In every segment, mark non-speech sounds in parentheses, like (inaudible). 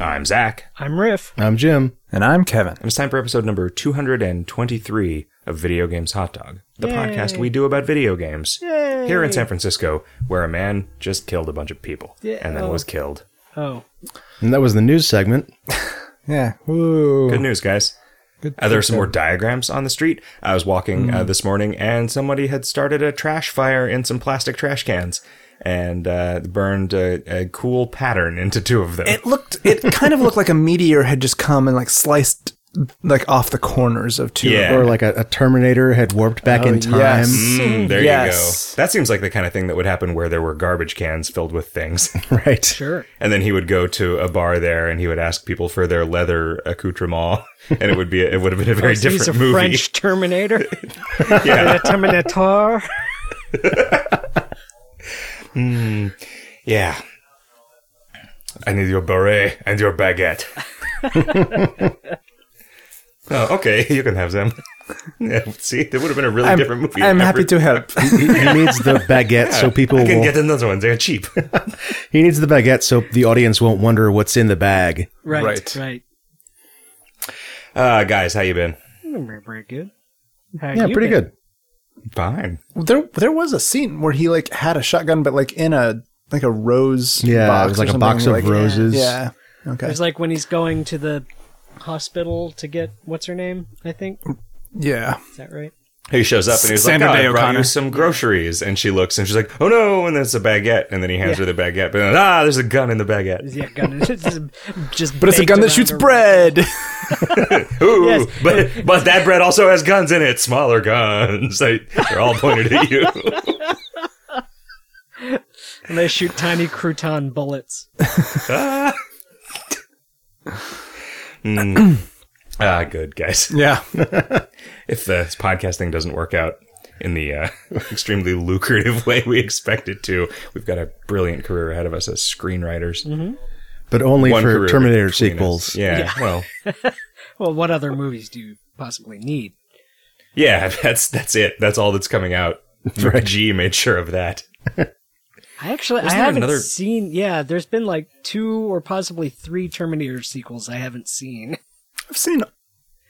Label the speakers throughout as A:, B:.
A: I'm Zach,
B: I'm Riff.
A: Uh,
C: I'm Jim.
D: And I'm Kevin.
A: and it's time for episode number 223 of Video Games Hot Dog, the
B: Yay.
A: podcast we do about video games
B: Yay.
A: here in San Francisco, where a man just killed a bunch of people and then
B: Yeah.
A: was killed.
B: Oh,
C: And that was the news
B: (laughs)
C: segment.
D: Yeah. Woo.
A: Good news, guys. Uh, there are some more diagrams on the street. I was walking
C: Hmm.
A: uh, this morning, and somebody had started a trash fire in some plastic trash cans and uh, burned a, a cool pattern into two of them.
D: It looked. It kind of looked like a meteor had just come and like sliced like off the corners of two.
A: Yeah.
C: Or like a, a Terminator had warped back in
A: (laughs)
C: time.
D: yes.
A: Mm, there
D: Yes.
A: you go. That seems like the kind of thing that would happen where there were garbage cans filled with
D: (laughs)
A: things. (laughs)
C: Right.
B: sure.
A: and then he would go to a bar there and he would ask people for their leather accoutrement. (laughs) And it would be, it would have been a very
B: He's a
A: different movie.
B: French Terminator.
A: Yeah.
B: A (laughs) Terminator.
A: (laughs) Yeah. I need your beret and your
B: (laughs)
A: baguette. oh, okay, (laughs) you can have them. yeah, see, it would have been a really
D: I'm,
A: (laughs) different movie.
D: I'm happy
A: (laughs)
D: to help.
C: He, he needs the baguette so people
A: I can
C: will,
A: get another one. They're cheap. (laughs)
C: he needs the baguette so the audience won't wonder what's in the bag.
B: Right,
D: Right.
B: right.
A: uh, guys, how you been?
B: Very, very good. How
C: yeah,
B: you
C: pretty
B: been?
C: good.
A: Fine.
D: there, there was a scene where he like had a shotgun, but like in a like a rose.
C: Yeah,
D: box
C: it was
D: or
C: like a
D: something,
C: box of
D: like-
C: roses.
D: Yeah. Okay.
B: It's like when he's going to the hospital to get what's her name. I think
D: Yeah.
B: is that right?
A: He shows up and he's
D: Sandra
A: like, oh,
D: Day
A: I brought you
D: O'Connor."
A: some groceries. And she looks and she's like, oh no. And then it's a baguette. And then he hands
B: Yeah.
A: her the baguette. But then, ah, there's a gun in the baguette.
B: (laughs) Is he a gun? It's just- just
D: But it's a
B: baked
D: gun that
B: around
D: shoots
B: her-
D: (laughs) bread.
A: Ooh,
B: Yes.
A: but, but that bread also has guns in it. Smaller guns. (laughs) They, they're all pointed at
B: (laughs)
A: you.
B: And they shoot tiny crouton bullets.
A: Ah. Mm. ah, good guys.
D: yeah.
A: If the podcasting doesn't work out in the uh, (laughs) extremely lucrative way we expect it to, we've got a brilliant career ahead of us as screenwriters.
C: But only
A: One
C: for
A: career
C: Terminator
A: between us.
C: sequels.
A: Yeah,
B: Mhm. Yeah.
A: Well,
B: Well, what other movies do you possibly need?
A: yeah. (laughs) That's that's it. That's all that's coming out. G made sure of that.
B: I actually
A: Wasn't
B: I
A: there
B: haven't
A: another-
B: seen. Yeah, there's been like two or possibly three Terminator sequels I haven't seen.
D: I've seen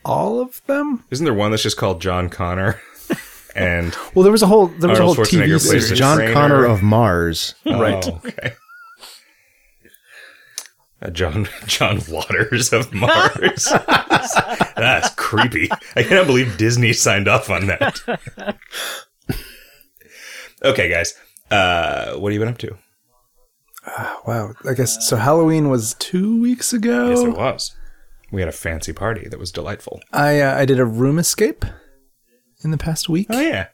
D: all of them.
A: Isn't there one that's just called John Connor? And
D: Well, there was a whole there was
A: Arnold
D: a whole
A: Schwarzenegger
D: TV
A: plays
D: series.
A: the
C: John
A: Trainer.
C: Connor of
D: (laughs)
C: Mars.
D: Right.
A: Oh, okay. A John John Waters of Mars. (laughs) That's creepy. I cannot believe Disney signed off on that. (laughs) okay, guys. Uh, what have you been up to?
D: Wow. I guess so. Halloween was two weeks ago.
A: Yes, it was. We had a fancy party that was delightful.
D: I uh, I did a room escape in the past week.
A: Oh yeah.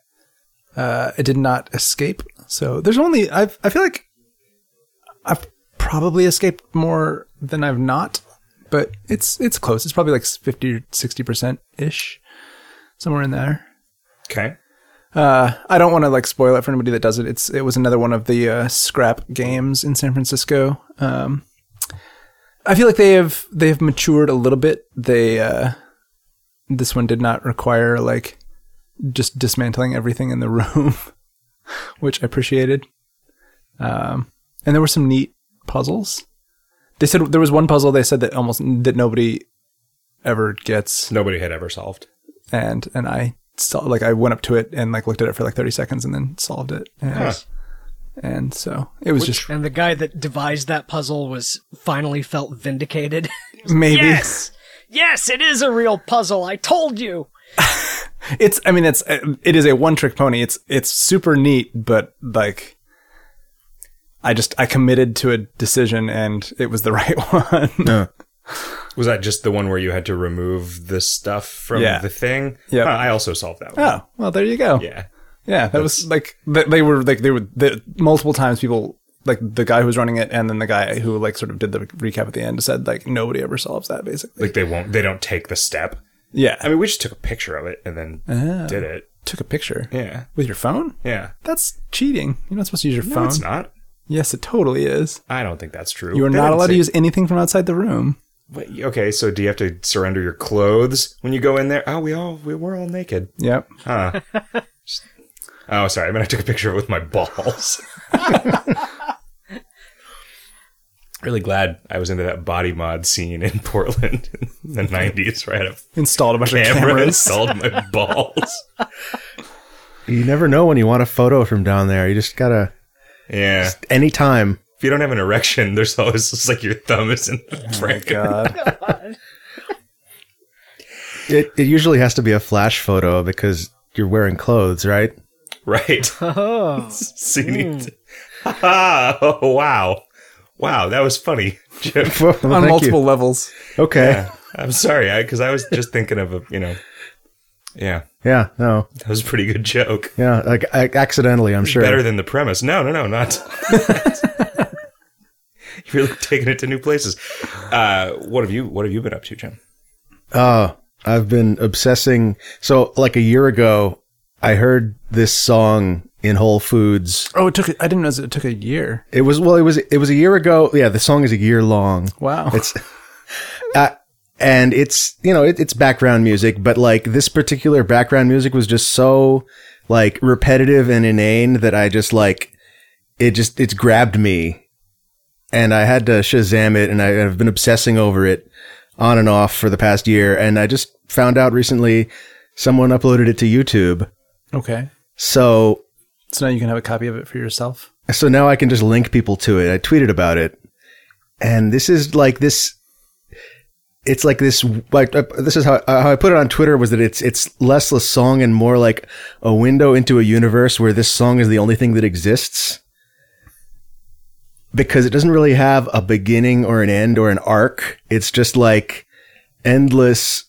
D: Uh, I did not escape, so there's only I I feel like I've probably escaped more than I've not, but it's it's close. It's probably like 50 or 60 percent ish, somewhere in there.
A: Okay.
D: Uh, I don't want to like spoil it for anybody that does it. It's it was another one of the uh, scrap games in San Francisco. Um, I feel like they have they have matured a little bit. They uh, this one did not require like just dismantling everything in the (laughs) room, which I appreciated. Um, and there were some neat puzzles. They said there was one puzzle they said that almost that nobody ever gets
A: Nobody had ever solved.
D: and and I saw like I went up to it and like looked at it for like 30 seconds and then solved it. And, and so it was just
B: And the guy that devised that puzzle was finally felt vindicated. (laughs)
D: maybe
B: yes, yes, it is a real puzzle. I told you.
D: (laughs) it's I mean it's it is a one trick pony. It's it's super neat but like I just I committed to a decision and it was the (laughs) right one.
A: Was that just the one where you had to remove the stuff from
D: Yeah.
A: the thing?
D: Yep.
A: Huh, I also solved that one.
D: oh, well there you go.
A: Yeah.
D: Yeah, that was like they, they were like they were the, multiple times people like the guy who was running it and then the guy who like sort of did the recap at the end said like nobody ever solves that basically.
A: Like they won't. They don't take the step.
D: Yeah.
A: I mean, we just took a picture of it and then
D: Oh.
A: did it.
D: took a picture
A: Yeah.
D: with your phone?
A: Yeah.
D: That's cheating. You're not supposed to use your
A: No,
D: phone.
A: it's not.
D: Yes, it totally is.
A: I don't think that's true.
D: You are
A: They
D: not
A: didn't
D: allowed to
A: say-
D: use anything from outside the room.
A: Wait, okay, so do you have to surrender your clothes when you go in there? Oh, we all we were all naked.
D: Yep.
A: Huh. oh, sorry. I
D: (laughs)
A: mean, I took a picture of it with my balls. really glad I was into that body mod scene in Portland in the 90s where I had a
D: Installed a bunch of
A: camera
D: cameras.
A: installed my (laughs) balls.
C: You never know when you want a photo from down there. You just gotta
A: Yeah.
C: anytime.
A: If you don't have an erection, there's always just like your thumb is in the brick.
D: God.
C: It it usually has to be a flash photo because you're wearing clothes, right?
A: (laughs) right.
B: Oh,
A: (laughs) So you need to- (laughs) Ah, oh, wow. Wow, that was funny, Jim. (laughs)
C: Well, thank
D: On
C: you.
D: multiple levels.
C: Okay. Yeah.
A: Yeah. I'm sorry, because I, was just thinking of a, you know, yeah,
C: No.
A: that was a pretty good joke.
C: Yeah. Like I, accidentally, I'm sure.
A: Better than the premise. No, no, no, not. (laughs) You're really taking it to new places. Uh, what have you What have you been up to, Jim?
C: Oh, I've been obsessing. So, like a year ago, I heard this song in Whole Foods.
D: Oh, it took. I didn't know it took a year.
C: It was well, it was it was a year ago. Yeah, the song is a year long.
D: Wow.
C: It's uh, and it's you know it, it's background music, but like this particular background music was just so like repetitive and inane that I just like it just it's grabbed me, and I had to Shazam it, and I, I've been obsessing over it on and off for the past year, and I just found out recently someone uploaded it to YouTube,
D: okay.
C: so
D: So now you can have a copy of it for yourself.
C: so now I can just link people to it. I tweeted about it, and this is like this. It's like this. Like uh, this is how, uh, how I put it on Twitter was that it's it's less a song and more like a window into a universe where this song is the only thing that exists. Because it doesn't really have a beginning or an end or an arc. It's just like endless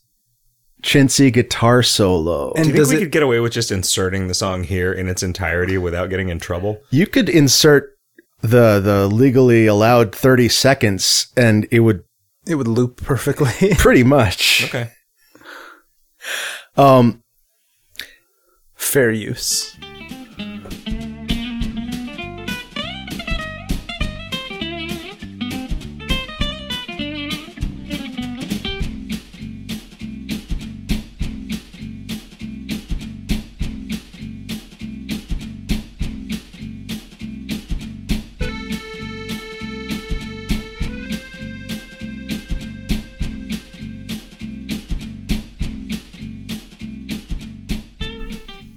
C: chintzy guitar solo.
A: Do you
D: And
A: think
D: does
A: we
D: it?
A: could get away with just inserting the song here in its entirety without getting in trouble?
C: You could insert the the legally allowed 30 seconds and it would
D: It would loop perfectly. (laughs)
C: pretty much
A: Okay.
C: um (laughs)
D: Fair use.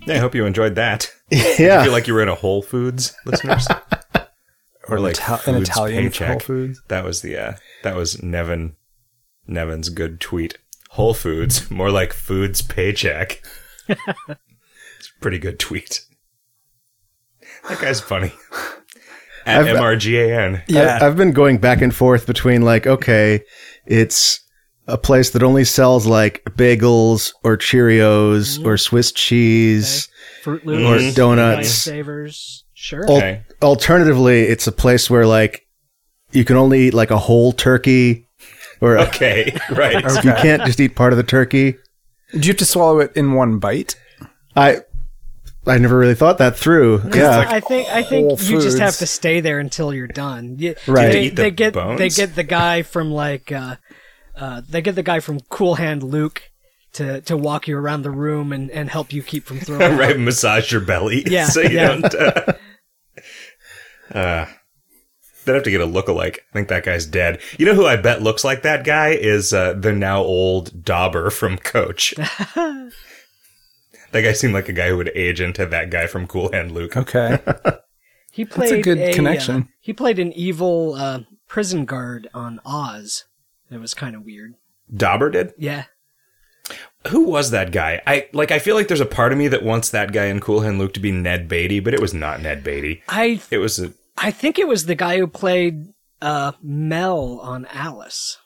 A: Yeah, I hope you enjoyed that.
D: Ah.
A: I feel
C: yeah
A: like you were in a Whole Foods,
D: (laughs)
A: listeners. or
D: an
A: like
D: Ital- an
A: Foods
D: Italian
A: paycheck.
D: Whole Foods.
A: That was the uh, that was Nevin Nevin's good tweet. Whole Foods, more like Foods paycheck. it's a pretty good tweet. That guy's
D: (laughs)
A: funny. At
C: I've-
A: MRGAN.
D: Yeah.
C: I, have been going back and forth between like okay it's a place that only sells like bagels or cheerios or swiss cheese
B: Fruit
A: Or
B: Loops,
C: Mm-hmm. donuts.
B: Savers. Sure.
C: Al-
A: Okay.
C: alternatively it's a place where like you can only eat like a whole turkey or a-
A: Okay, (laughs) right.
D: Oh,
C: you (laughs) can't just eat part of the turkey
D: Do you have to swallow it in one bite?
C: i i never really thought that through yeah
B: I think I
D: Whole
B: think you just have
D: Foods.
B: to stay there until you're done. You-
C: Right.
A: Do you
B: They,
A: eat the
B: they get they
A: bones?
B: get the guy from like uh, uh, they get the guy from Cool Hand Luke to to walk you around the room and, and help you keep from
C: (laughs)
B: throwing.
A: (laughs)
B: up.
A: right, massage your belly.
B: (laughs) Yeah,
A: So you
B: yeah.
A: don't. Uh, (laughs) uh, they'd have to get a lookalike. I think that guy's dead. You know who I bet looks like that guy is uh, the now old Dauber from
B: (laughs)
A: Coach. that guy seemed like a guy who would age into that guy from Cool Hand Luke.
D: Okay.
B: He played
D: That's a good
B: uh,
D: connection.
B: he played an evil uh, prison guard on Oz. It was kind of weird.
A: Dauber did.
B: Yeah.
A: Who was that guy? I like. I feel like there's a part of me that wants that guy in Cool Hand Luke to be Ned Beatty, but it was not Ned Beatty.
B: I
A: It was a
B: I think it was the guy who played uh, Mel on Alice.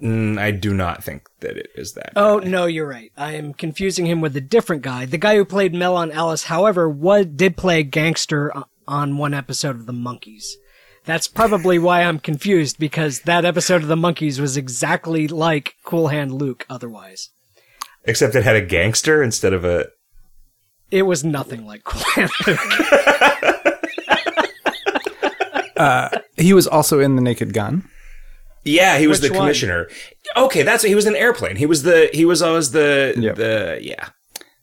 A: mm, I do not think that it is that.
B: Oh no, you're right. I am confusing him with a different guy. The guy who played Mel on Alice, however, was did play a gangster o- on one episode of The Monkeys. That's probably why I'm confused because that episode of The Monkeys was exactly like Cool Hand Luke. Otherwise,
A: Except it had a gangster instead of a
B: it was nothing like Cool Hand Luke.
D: (laughs) he was also in the Naked Gun.
A: Yeah, he was
B: Which
A: the
B: one?
A: commissioner. Okay, that's he was an airplane. He was the he was always the
D: Yep.
A: the yeah.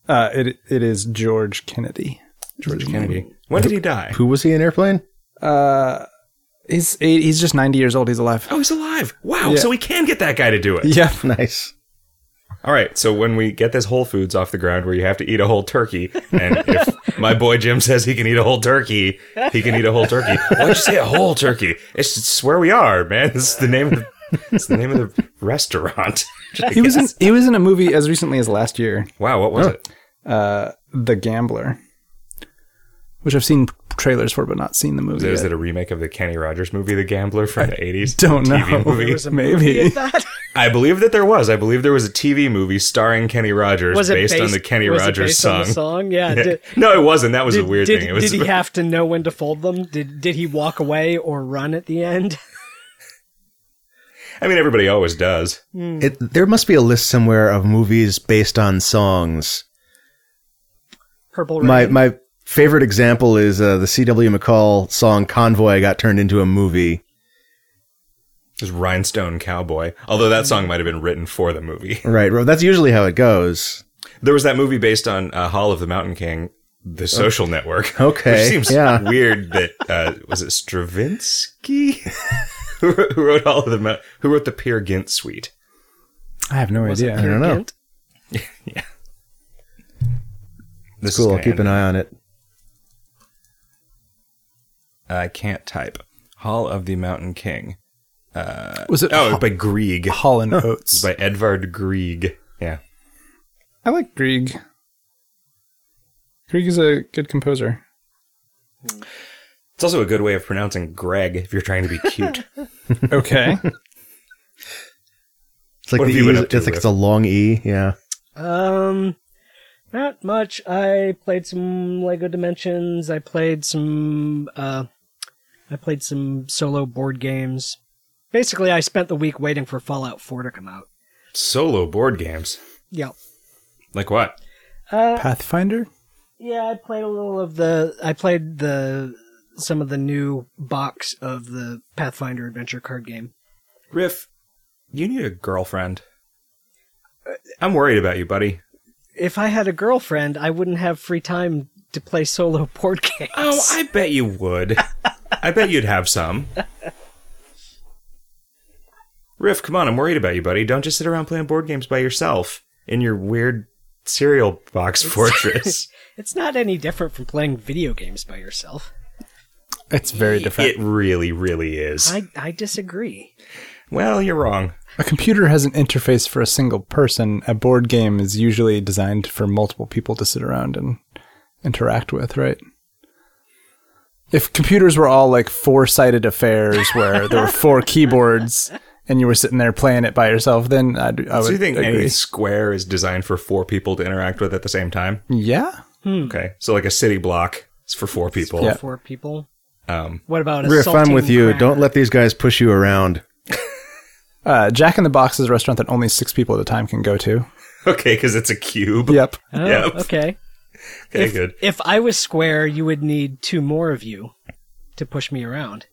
D: Uh, it it is George Kennedy. George
A: Kennedy. When did he die?
C: who was he in airplane
D: Uh, He's he- he's just 90 years old. He's alive.
A: (gasps) Oh, he's alive. Wow.
D: Yeah.
A: So we can get that guy to do it.
D: Yeah.
C: (laughs) Nice.
A: All right. So when we get this Whole Foods off the ground where you have to eat a whole turkey, and
D: (laughs)
A: if my boy Jim says he can eat a whole turkey, he can eat a whole turkey. Why'd you say a whole turkey? It's, it's where we are, man. It's the name of the, it's the name of the restaurant. (laughs) I
D: He was in
A: guess.
D: he was in a movie as recently as last year,
A: wow. What was it?
D: uh, The Gambler, which I've seen trailers for but not seen the movie.
A: Is
D: yet.
A: it a remake of the Kenny Rogers movie, The Gambler, from the eighties?
D: don't know.
A: Movie?
D: (laughs) Maybe.
B: That
A: I believe that there was. I believe there was a TV movie starring Kenny Rogers
B: was it
A: based, on the Kenny
B: was it
A: Rogers
B: based on
A: song.
B: the song. Yeah. Did,
A: (laughs) no, it wasn't. That was
B: did,
A: a weird
B: did,
A: thing. It was
B: did he have to know when to fold them? Did did he walk away or run at the end? (laughs)
A: (laughs) I mean, everybody always does.
C: It, there must be a list somewhere of movies based on songs.
B: Purple
C: My
B: Rain.
C: my favorite example is uh, the C.W. McCall song "Convoy" got turned into a movie.
A: Just Rhinestone Cowboy. Although that song might have been written for the movie. (laughs)
C: Right. Well, that's usually how it goes.
A: There was that movie based on uh, Hall of the Mountain King, The Social Network. (laughs)
C: Okay,
A: Which seems
C: yeah.
A: (laughs) weird that, uh, was it Stravinsky? (laughs) who, wrote, who wrote Hall of the Mount? Who wrote the Peer Gynt Suite?
D: I have no
B: Was it
D: idea.
B: Peter
C: don't know.
B: Kent?
A: This
C: cool. I'll
A: gonna
C: keep
A: end
C: an eye on it.
A: I can't type. Hall of the Mountain King.
D: Was it
A: Oh,
D: oh,
A: by Grieg.
D: Holland Oates?
A: By Edvard Grieg. Yeah.
D: I like Grieg. Grieg is a good composer.
A: It's also a good way of pronouncing Greg if you're trying to be (laughs) cute.
D: Okay.
C: It's like
A: What
C: the
A: have you
C: e,
A: been
C: is-
A: up to,
C: it's like
A: Riff?
C: it's a long e. Yeah.
B: Um, not much. I played some Lego Dimensions. I played some. Uh, I played some solo board games. Basically, I spent the week waiting for Fallout 4 to come out.
A: Solo board games.
B: Yeah.
A: Like what?
B: Uh,
D: Pathfinder.
B: yeah, I played a little of the. I played the some of the new box of the Pathfinder adventure card game.
A: Riff, you need a girlfriend. Uh, I'm worried about you, buddy.
B: If I had a girlfriend, I wouldn't have free time to play solo (laughs) board games.
A: Oh, I bet you would. I bet you'd have some. Riff, come on, I'm worried about you, buddy. Don't just sit around playing board games by yourself in your weird cereal box (laughs) fortress.
B: It's not any different from playing video games by yourself.
D: It's very different.
A: It really, really is.
B: I, I disagree.
A: Well, you're wrong.
D: A computer has an interface for a single person. A board game is usually designed for multiple people to sit around and interact with, right? If computers were all like four sided affairs where there
A: (laughs)
D: were four keyboards and you were sitting there playing it by yourself, then I'd, I would
A: So you think
D: agree.
A: any square is designed for four people to interact with at the same time?
D: yeah.
A: Okay, so like a city block is for four people.
D: Hmm. Yeah.
B: Four people.
A: Um, (laughs)
B: What about a
C: Riff, I'm with
B: saltine
C: you.
B: cracker?
C: Don't let these guys push you around.
D: Uh, Jack in the Box is a restaurant that only six people at a time can go to.
A: okay, because it's a cube.
D: Yep.
B: Oh,
A: Yep.
B: Okay.
A: Okay, good.
B: If I was square, you would need two more of you to push me around.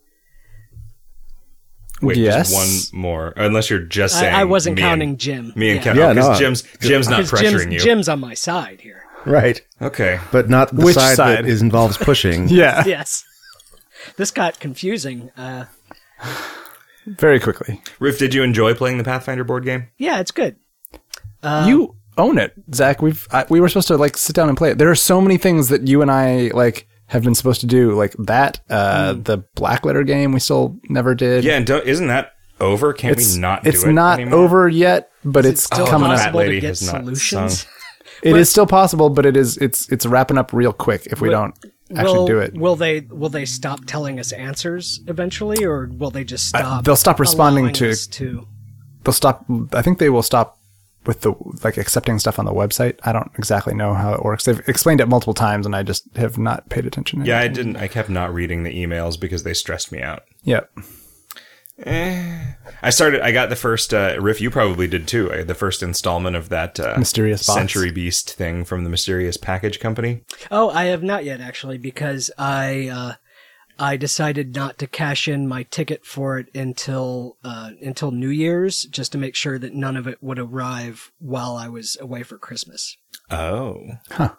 A: Wait,
D: yes.
A: just one more. Unless you're just
B: I,
A: saying
B: I wasn't
A: me
B: counting
A: And,
B: Jim.
A: me and
B: Yeah.
A: Ken.
C: Yeah,
A: because
C: no.
A: Jim's Jim's not
B: 'Cause
A: pressuring
B: Jim's,
A: you.
B: Jim's on my side here.
C: Right.
A: Okay.
C: But not the
D: Which
C: side,
D: side?
C: that is, involves
A: (laughs)
C: pushing.
D: Yeah.
B: (laughs) Yes. This got confusing. Uh,
D: Very quickly.
A: Riff, did you enjoy playing the Pathfinder board game?
B: yeah, it's good.
D: you
A: Um,
D: own it, Zach. We've I, we were supposed to like sit down and play it. There are so many things that you and I like have been supposed to do, like that, uh, the black letter game. We still never did.
A: Hmm. Yeah, and don't, isn't that over? Can't
D: it's
A: we not
D: it's
A: do it
D: not
A: anymore?
D: over yet, but it's
B: Still
D: coming up.
A: Oh, That
B: possible
A: lady
B: to get
A: has not
B: solutions.
A: sung.
D: It is still possible, but it is it's it's wrapping up real quick if we don't actually
B: will,
D: do it.
B: Will they? Will they stop telling us answers eventually, or will they just stop?
D: they'll stop responding
B: allowing
D: to-
B: us to.
D: They'll stop. I think they will stop with the like accepting stuff on the website. I don't exactly know how it works. They've explained it multiple times, and I just have not paid attention.
A: Yeah, I didn't. I kept not reading the emails because they stressed me out.
D: Yep.
A: I started. I got the first uh, riff. You probably did too. Uh, the first installment of that uh,
D: Mysterious box.
A: Century Beast thing from the Mysterious Package Company.
B: Oh, I have not yet actually because I uh, I decided not to cash in my ticket for it until uh, until New Year's, just to make sure that none of it would arrive while I was away for Christmas.
A: Oh.
D: Huh.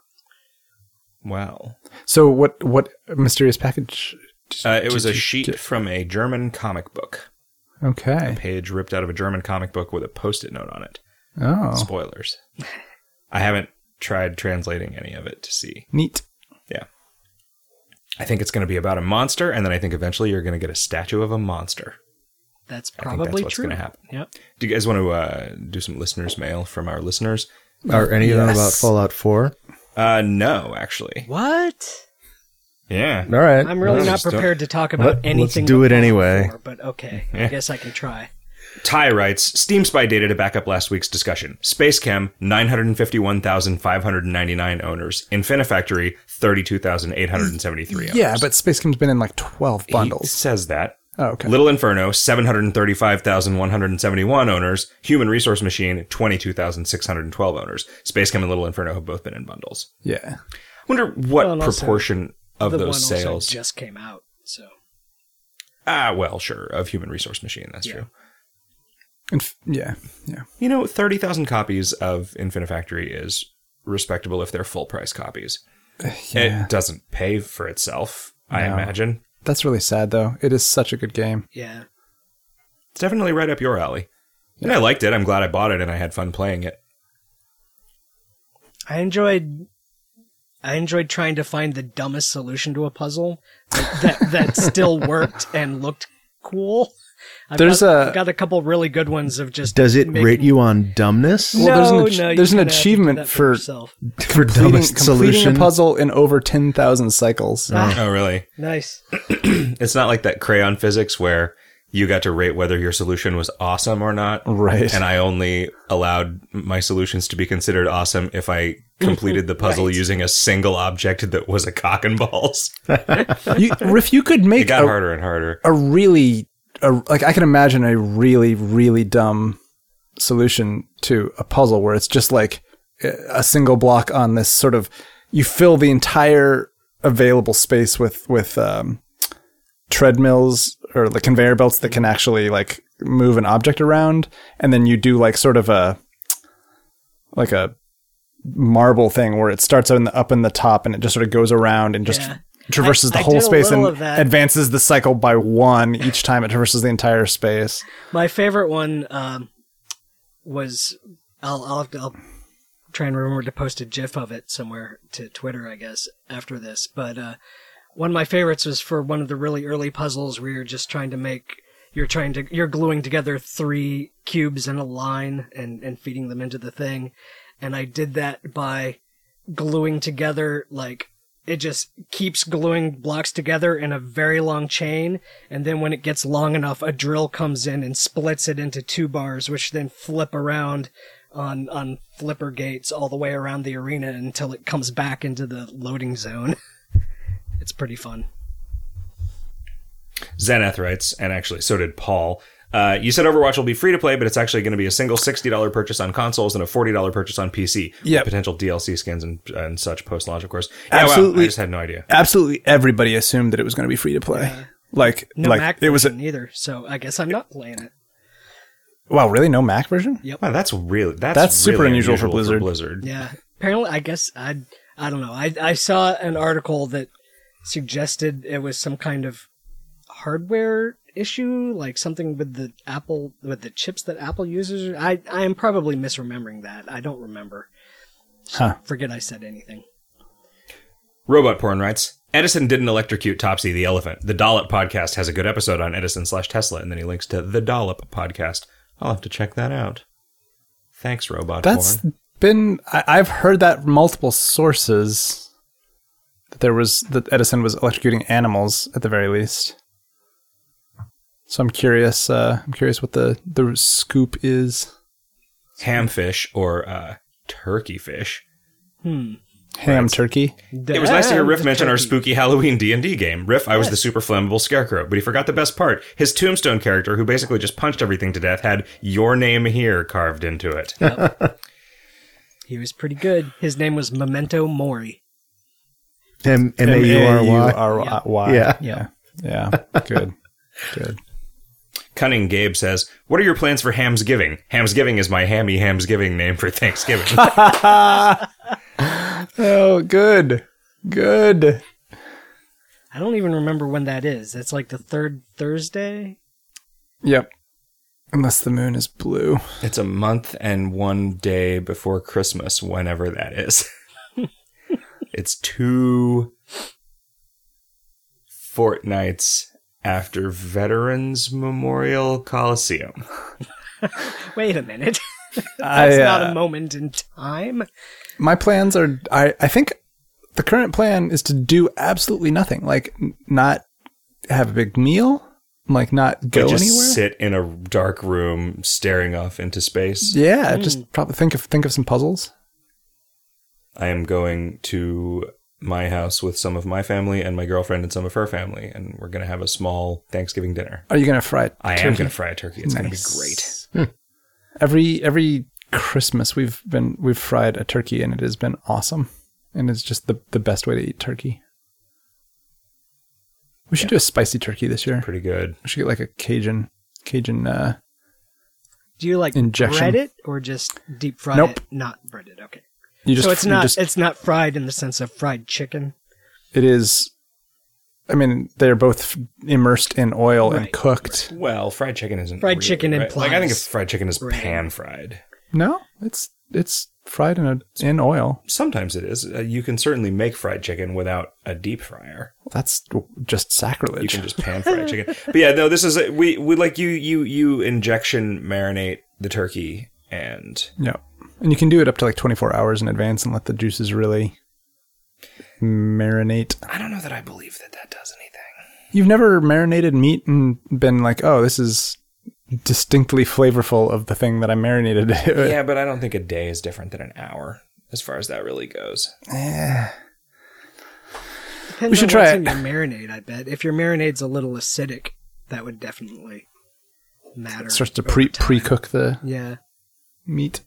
A: Wow.
D: So what what mysterious package
A: Uh, it was a sheet from a German comic book.
D: Okay.
A: Page ripped out of a German comic book with a post-it note on it.
D: Oh,
A: Spoilers. I haven't tried translating any of it to see.
D: neat.
A: I think it's going to be about a monster, and then I think eventually you're going to get a statue of a monster.
B: That's
A: I think
B: probably
A: that's what's
B: true.
A: going to happen.
B: Yep.
A: Do you guys want to uh, do some listeners' mail from our listeners?
C: Are any of them about
D: Yes.
C: Fallout 4?
A: Uh, no, actually.
B: What?
A: Yeah.
C: All right.
B: I'm really
A: No,
B: not
A: just don't-
B: prepared to talk
C: Let-
B: about
C: let's
B: anything.
C: do
B: but
C: it anyway.
B: Fallout 4, But okay, I guess I can try.
A: Ty writes Steam Spy data to back up last week's discussion. Space Chem, 951,599 owners. Infinifactory, 32,873 owners.
D: Yeah, but Space Cam's been in like 12
A: He
D: bundles.
A: says that.
D: Oh, okay.
A: Little Inferno, 735,171 owners. Human Resource Machine, 22,612 owners. Space Chem and Little Inferno have both been in bundles.
D: Yeah.
A: I wonder what
B: Well, and also,
A: proportion of
B: the
A: those
B: one
A: sales.
B: also just came out, so
A: ah, well, sure, of Human Resource Machine, that's
B: Yeah.
A: true.
D: And f- yeah. Yeah.
A: You know, 30,000 copies of Infinifactory is respectable if they're full price copies.
D: Yeah.
A: It doesn't pay for itself, I
D: No.
A: imagine.
D: That's really sad, though. It is such a good game.
B: yeah.
A: It's definitely right up your alley. And I liked it. I'm glad I bought it and I had fun playing it.
B: I enjoyed I enjoyed trying to find the dumbest solution to a puzzle that that, that still worked and looked cool. I've
D: There's
B: got,
D: a-
B: got a couple really good ones of just
C: Does it
B: making-
C: rate you on dumbness
D: Well, there's an ach-
B: you
D: there's an
B: kinda have to do
D: achievement
B: that
D: for-
B: yourself.
C: (laughs) for
D: Completing,
C: dumbest
D: completing
C: solution?
D: a puzzle in over 10,000 cycles.
A: (laughs) Oh, really?
B: nice.
A: It's not like that crayon physics where you got to rate whether your solution was awesome or not.
D: Right.
A: And I only allowed my solutions to be considered awesome if I completed
D: (laughs)
A: the puzzle using a single object that was a cock and balls.
D: you, Riff, you could
A: It
D: make
A: got
D: a,
A: harder and harder.
D: a really, a, like, I can imagine a really, really dumb solution to a puzzle where it's just like a a single block on this sort of, you fill the entire available space with, with, um, treadmills or the conveyor belts that can actually like move an object around and then you do like sort of a like a marble thing where it starts in the, up in the top and it just sort of goes around and just
B: Yeah.
D: traverses the
B: I- I
D: whole
B: did a
D: space
B: little
D: and
B: of that.
D: advances the cycle by one each time it traverses the entire space
B: My favorite one um, was I'll I'll, have to, I'll try and remember to post a GIF of it somewhere to Twitter, I guess, after this. But uh, one of my favorites was for one of the really early puzzles where you're just trying to make you're trying to you're gluing together three cubes in a line and and feeding them into the thing, and I did that by gluing together like it just keeps gluing blocks together in a very long chain and then when it gets long enough a drill comes in and splits it into two bars which then flip around on on flipper gates all the way around the arena until it comes back into the loading zone (laughs) it's pretty fun
A: Zeneth writes, and actually so did Paul. Uh, you said Overwatch will be free to play, but it's actually going to be a single $60 purchase on consoles and a $40 purchase on PC. with
D: Yep.
A: Potential DLC skins and, and such post launch, of course. Yeah, wow,
D: Absolutely.
A: I just had no idea.
D: absolutely everybody assumed that it was going to be free to play like
B: no
D: like
B: mac
D: it was a,
B: version either so i guess i'm not playing it
D: wow really no mac version
A: Wow, that's really that's,
D: That's super
A: really
D: unusual for Blizzard.
A: Blizzard.
B: yeah apparently i guess i i don't know i i saw an article that suggested it was some kind of hardware issue like something with the apple with the chips that apple uses i i am probably misremembering that i don't remember So
D: Huh.
B: forget i said anything
A: Robot porn writes. Edison didn't electrocute Topsy the elephant. The Dollop podcast has a good episode on Edison slash Tesla, and then he links to the Dollop podcast. I'll have to check that out. Thanks, robot
D: That's
A: porn.
D: been I, I've heard that from multiple sources that there was that Edison was electrocuting animals at the very least. So I'm curious. Uh, I'm curious what the the scoop is.
A: Hamfish or uh, turkey fish.
B: hmm
D: Ham turkey.
A: It was nice to hear
B: Damn,
A: Riff
B: the
A: mention our
B: turkey.
A: spooky Halloween D and D game. Riff, I was the super flammable scarecrow, but he forgot the best part. His tombstone character, who basically just punched everything to death, had "Your name here" carved into it.
B: he was pretty good his name was memento mori
C: M- M-A-U-R-Y.
D: M-A-U-R-Y.
C: Yeah.
D: Yeah. Yeah. Good. Good.
A: Cunning Gabe says, "What are your plans for Hamsgiving? Hamsgiving is my hammy Hamsgiving name for Thanksgiving."
D: oh, good. Good.
B: i I don't even remember when that is. That's like the third Thursday.
D: Yep. Unless the moon is blue.
A: (laughs) It's a month and one day before Christmas, whenever that is. (laughs) it's two fortnights after Veterans Memorial Coliseum.
B: Wait a minute. (laughs)
D: I,
B: That's
D: uh,
B: not a moment in time.
D: my plans are. I I think the current plan is to do absolutely nothing. Like n- not have a big meal. Like not go
A: They just
D: anywhere.
A: sit in a dark room staring off into space.
D: Yeah,
B: Hmm.
D: just probably think of think of some puzzles.
A: I am going to my house with some of my family and my girlfriend and some of her family, and we're going to have a small Thanksgiving dinner.
D: Are you gonna fry?
A: I am going to fry a turkey. It's going to be
D: Nice.
A: great.
D: Every every Christmas we've been we've fried a turkey and it has been awesome. And it's just the, the best way to eat turkey. We should do a spicy turkey this year.
A: Pretty good.
D: We should get like a Cajun Cajun uh
B: Do you like
D: Injection.
B: bread it or just deep fry
D: Nope.
B: it? Not bread it. Okay.
D: you just
B: so it's
D: you
B: not
D: just-
B: it's not fried in the sense of fried chicken.
D: it is I mean, they're both f- immersed in oil and
B: Right,
D: cooked.
A: Well, fried chicken isn't
B: Fried
A: really,
B: chicken
A: right? like I think
B: implies
A: if fried chicken is
B: bread.
A: pan fried.
D: No, it's it's fried in a, in oil.
A: Sometimes it is. Uh, you can certainly make fried chicken without a deep fryer.
D: That's just sacrilege.
A: You can just pan fried chicken. But yeah, no, this is a, we we like you you you injection marinate the turkey and
D: Yeah. And you can do it up to like 24 hours in advance and let the juices really marinate.
A: I don't know that I believe that that does anything.
D: You've never marinated meat and been like, oh, this is distinctly flavorful of the thing that I marinated. (laughs)
A: Yeah, but I don't think a day is different than an hour as far as that really goes.
D: Eh.
B: Depends
D: We should
B: on
D: try
B: what's
D: it.
B: in your marinade, I bet. If your marinade's a little acidic, that would definitely matter.
D: It starts to
B: over
D: pre
B: time.
D: pre cook the
B: Yeah.
D: meat.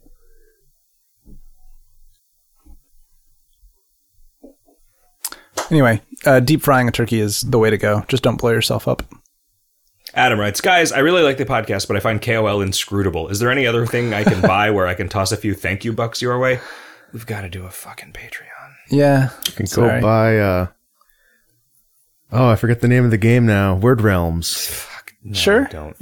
D: Anyway, uh, deep frying a turkey is the way to go. Just don't blow yourself up.
A: Adam writes, guys, I really like the podcast, but I find KOL inscrutable. Is there any other thing I can buy where I can toss a few thank you bucks your way? We've got to do a fucking Patreon.
D: Yeah.
C: You can go
D: Sorry.
C: buy. Uh, oh, I forget the name of the game now. Word Realms.
A: Fuck, no,
D: Sure.
A: Don't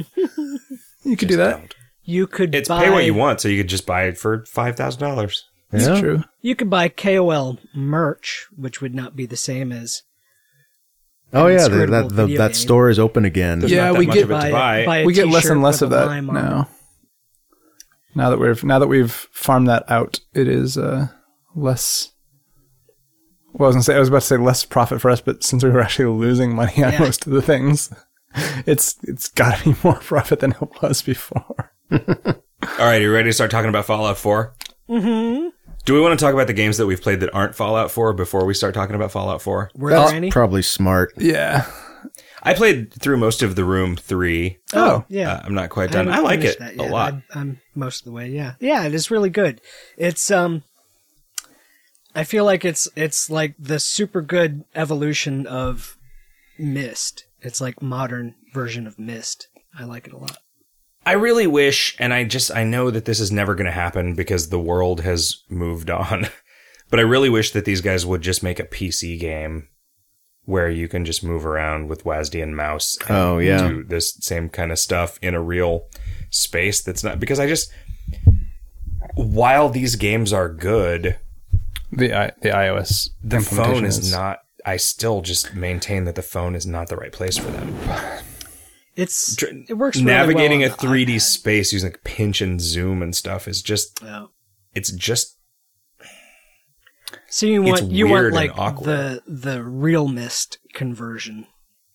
D: You could do
A: Just
D: that.
A: don't.
B: You could
A: It's
B: buy
A: pay what you want, so you could just buy it for five thousand dollars.
D: That's
C: Yeah.
D: true.
B: You could buy KOL merch, which would not be the same as
C: Oh yeah, the,
B: Inscrutable
C: that the,
B: video
C: that
B: game.
C: store is open again.
A: There's
D: Yeah,
A: not that
D: we
A: much
D: get-
A: of it to buy.
B: a
D: we get less
B: t-shirt
D: and less
B: with
D: of
B: a
D: that
B: lime on it.
D: now. Now that we've now that we've farmed that out, it is uh, less. Well, I was gonna say I was about to say less profit for us, but since we were actually losing money on
B: Yeah.
D: most of the things, it's it's got to be (laughs) more profit than it was before.
A: All right, you ready to start talking about Fallout 4? Mm-hmm. Do we want to talk about the games that we've played that aren't Fallout 4 before we start talking about Fallout 4?
B: Were
C: That's
B: there any?
C: Uh, probably smart.
D: Yeah.
A: I played through most of the Room 3.
D: Oh,
B: yeah.
A: Uh, I'm not quite done.
B: haven't
A: I, like
B: finished
A: it
B: that
A: a
B: yet.
A: lot.
B: I'm, I'm most of the way. Yeah, yeah, it is really good. It's um, I feel like it's it's like the super good evolution of Mist. It's like modern version of Mist. I like it a lot.
A: I really wish, and I just, I know that this is never going to happen because the world has moved on, (laughs) but I really wish that these guys would just make a PC game where you can just move around with WASD and mouse and
C: Oh, yeah.
A: do this same kind of stuff in a real space that's not, because I just, while these games are good,
D: the I, the iOS
A: the phone
D: implementation
A: is not, I still just maintain that the phone is not the right place for them.
B: It's
A: Dr-
B: it works. really
A: Navigating
B: well on
A: a
B: the
A: 3D
B: iPad.
A: space using like pinch and zoom and stuff is just,
B: Yeah.
A: it's just
B: So you
A: It's
B: want you
A: weird
B: want
A: and
B: like
A: awkward.
B: the the real Mist conversion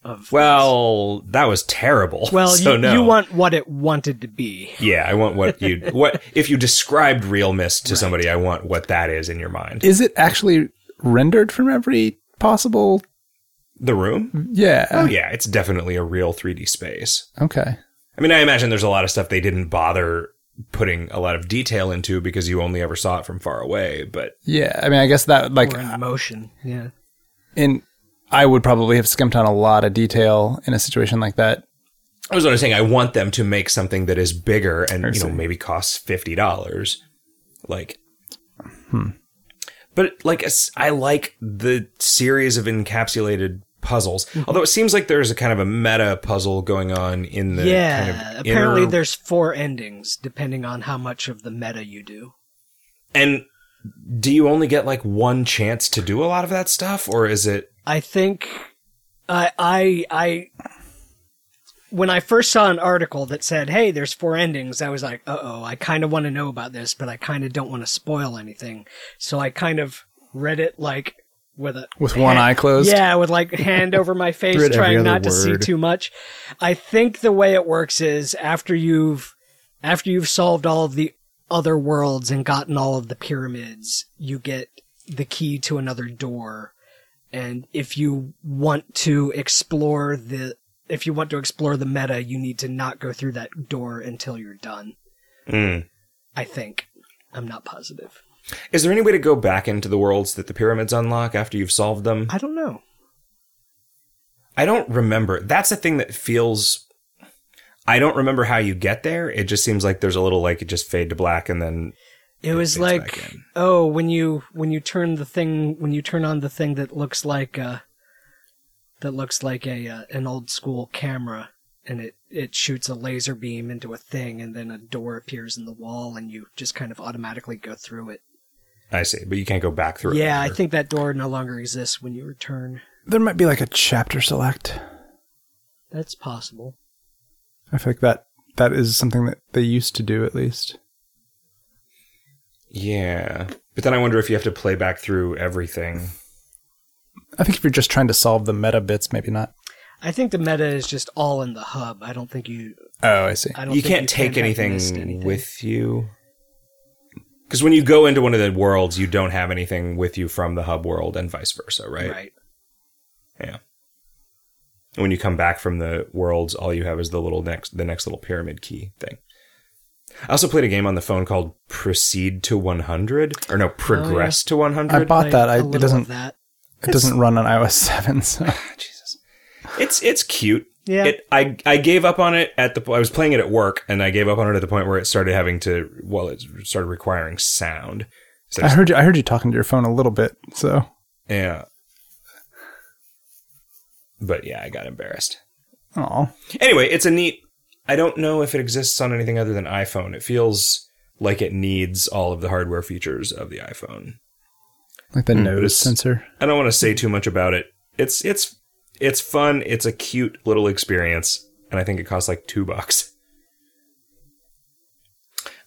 B: of
A: Well, that was terrible.
B: well
A: (laughs) so
B: you,
A: no.
B: you want what it wanted to be.
A: Yeah, I want what
B: (laughs)
A: you what if you described real mist to somebody, I want what that is in your mind.
D: Is it actually rendered from every possible?
A: The
B: Mm-hmm.
A: room?
D: Yeah.
A: Oh yeah, it's definitely a real 3D space.
D: Okay.
A: I mean, I imagine there's a lot of stuff they didn't bother putting a lot of detail into because you only ever saw it from far away, but
D: Yeah. I mean, I guess that like
B: Or in motion, yeah.
D: and I would probably have skimped on a lot of detail in a situation like that.
A: I was only saying I want them to make something that is bigger and
D: I
A: you know
D: see.
A: maybe costs fifty dollars, like. But like I s- I like the series of encapsulated puzzles. Although it seems like there's a kind of a meta puzzle going on in the
B: yeah,
A: kind of
B: apparently
A: inner-
B: there's four endings depending on how much of the meta you do.
A: and do you only get like one chance to do a lot of that stuff or is it
B: I think I I I when I first saw an article that said, "Hey, there's four endings," I was like, "Uh-oh, I kind of want to know about this, but I kind of don't want to spoil anything." So I kind of read it like with a
D: With one eye closed?
B: Yeah, with like hand over
C: (laughs)
B: my face
C: Read every
B: trying
C: other
B: not to see
C: word.
B: too much. I think the way it works is after you've after you've solved all of the other worlds and gotten all of the pyramids, you get the key to another door and if you want to explore the if you want to explore the meta you need to not go through that door until you're done
A: Mm.
B: i think i'm not positive
A: is there any way to go back into the worlds that the pyramids unlock after you've solved them
B: i don't know
A: I don't remember. That's a thing that feels. I don't remember how you get there. It just seems like there's a little like it just fade to black and then
B: it was
A: fades
B: like
A: back in.
B: oh when you when you turn the thing when you turn on the thing that looks like uh that looks like a uh, an old school camera and it it shoots a laser beam into a thing and then a door appears in the wall and you just kind of automatically go through it
A: I see, but you can't go back through.
B: yeah
A: it
B: i
A: later.
B: think that door no longer exists when you return
D: There might be like a chapter select.
B: That's possible.
D: I feel like that that is something that they used to do at least.
A: Yeah, but then I wonder if you have to play back through everything.
D: I think if you're just trying to solve the meta bits, maybe not.
B: I think the meta is just all in the hub. I don't think you.
D: Oh, I see.
B: I don't.
A: You
B: think
A: can't take
B: can have
A: anything,
B: missed anything.
A: with you. Because when you go into one of the worlds, you don't have anything with you from the hub world, and vice versa, right?
B: right.
A: And when you come back from the worlds, all you have is the little next the next little pyramid key thing. I also played a game on the phone called Proceed to 100 or
D: Oh,
A: no Progress to 100.
D: I bought
B: Like,
D: that.
B: a
D: I,
B: little
D: it
B: of
D: doesn't.
B: That.
D: It doesn't run on iOS (laughs) seven. So
A: Jesus. It's it's cute.
B: Yeah.
A: It, I I gave up on it at the po- I was playing it at work and I gave up on it at the point where it started having to well it started requiring sound. So
D: I heard you. I heard you talking to your phone a little bit. So
A: yeah. But yeah, I got embarrassed.
D: oh,
A: Anyway, it's a neat. I don't know if it exists on anything other than iPhone. It feels like it needs all of the hardware features of the iPhone.
D: like the
A: but
D: nose
A: it's-
D: sensor.
A: I don't want to say too much about it. It's it's it's fun. It's a cute little experience, and I think it costs like two bucks.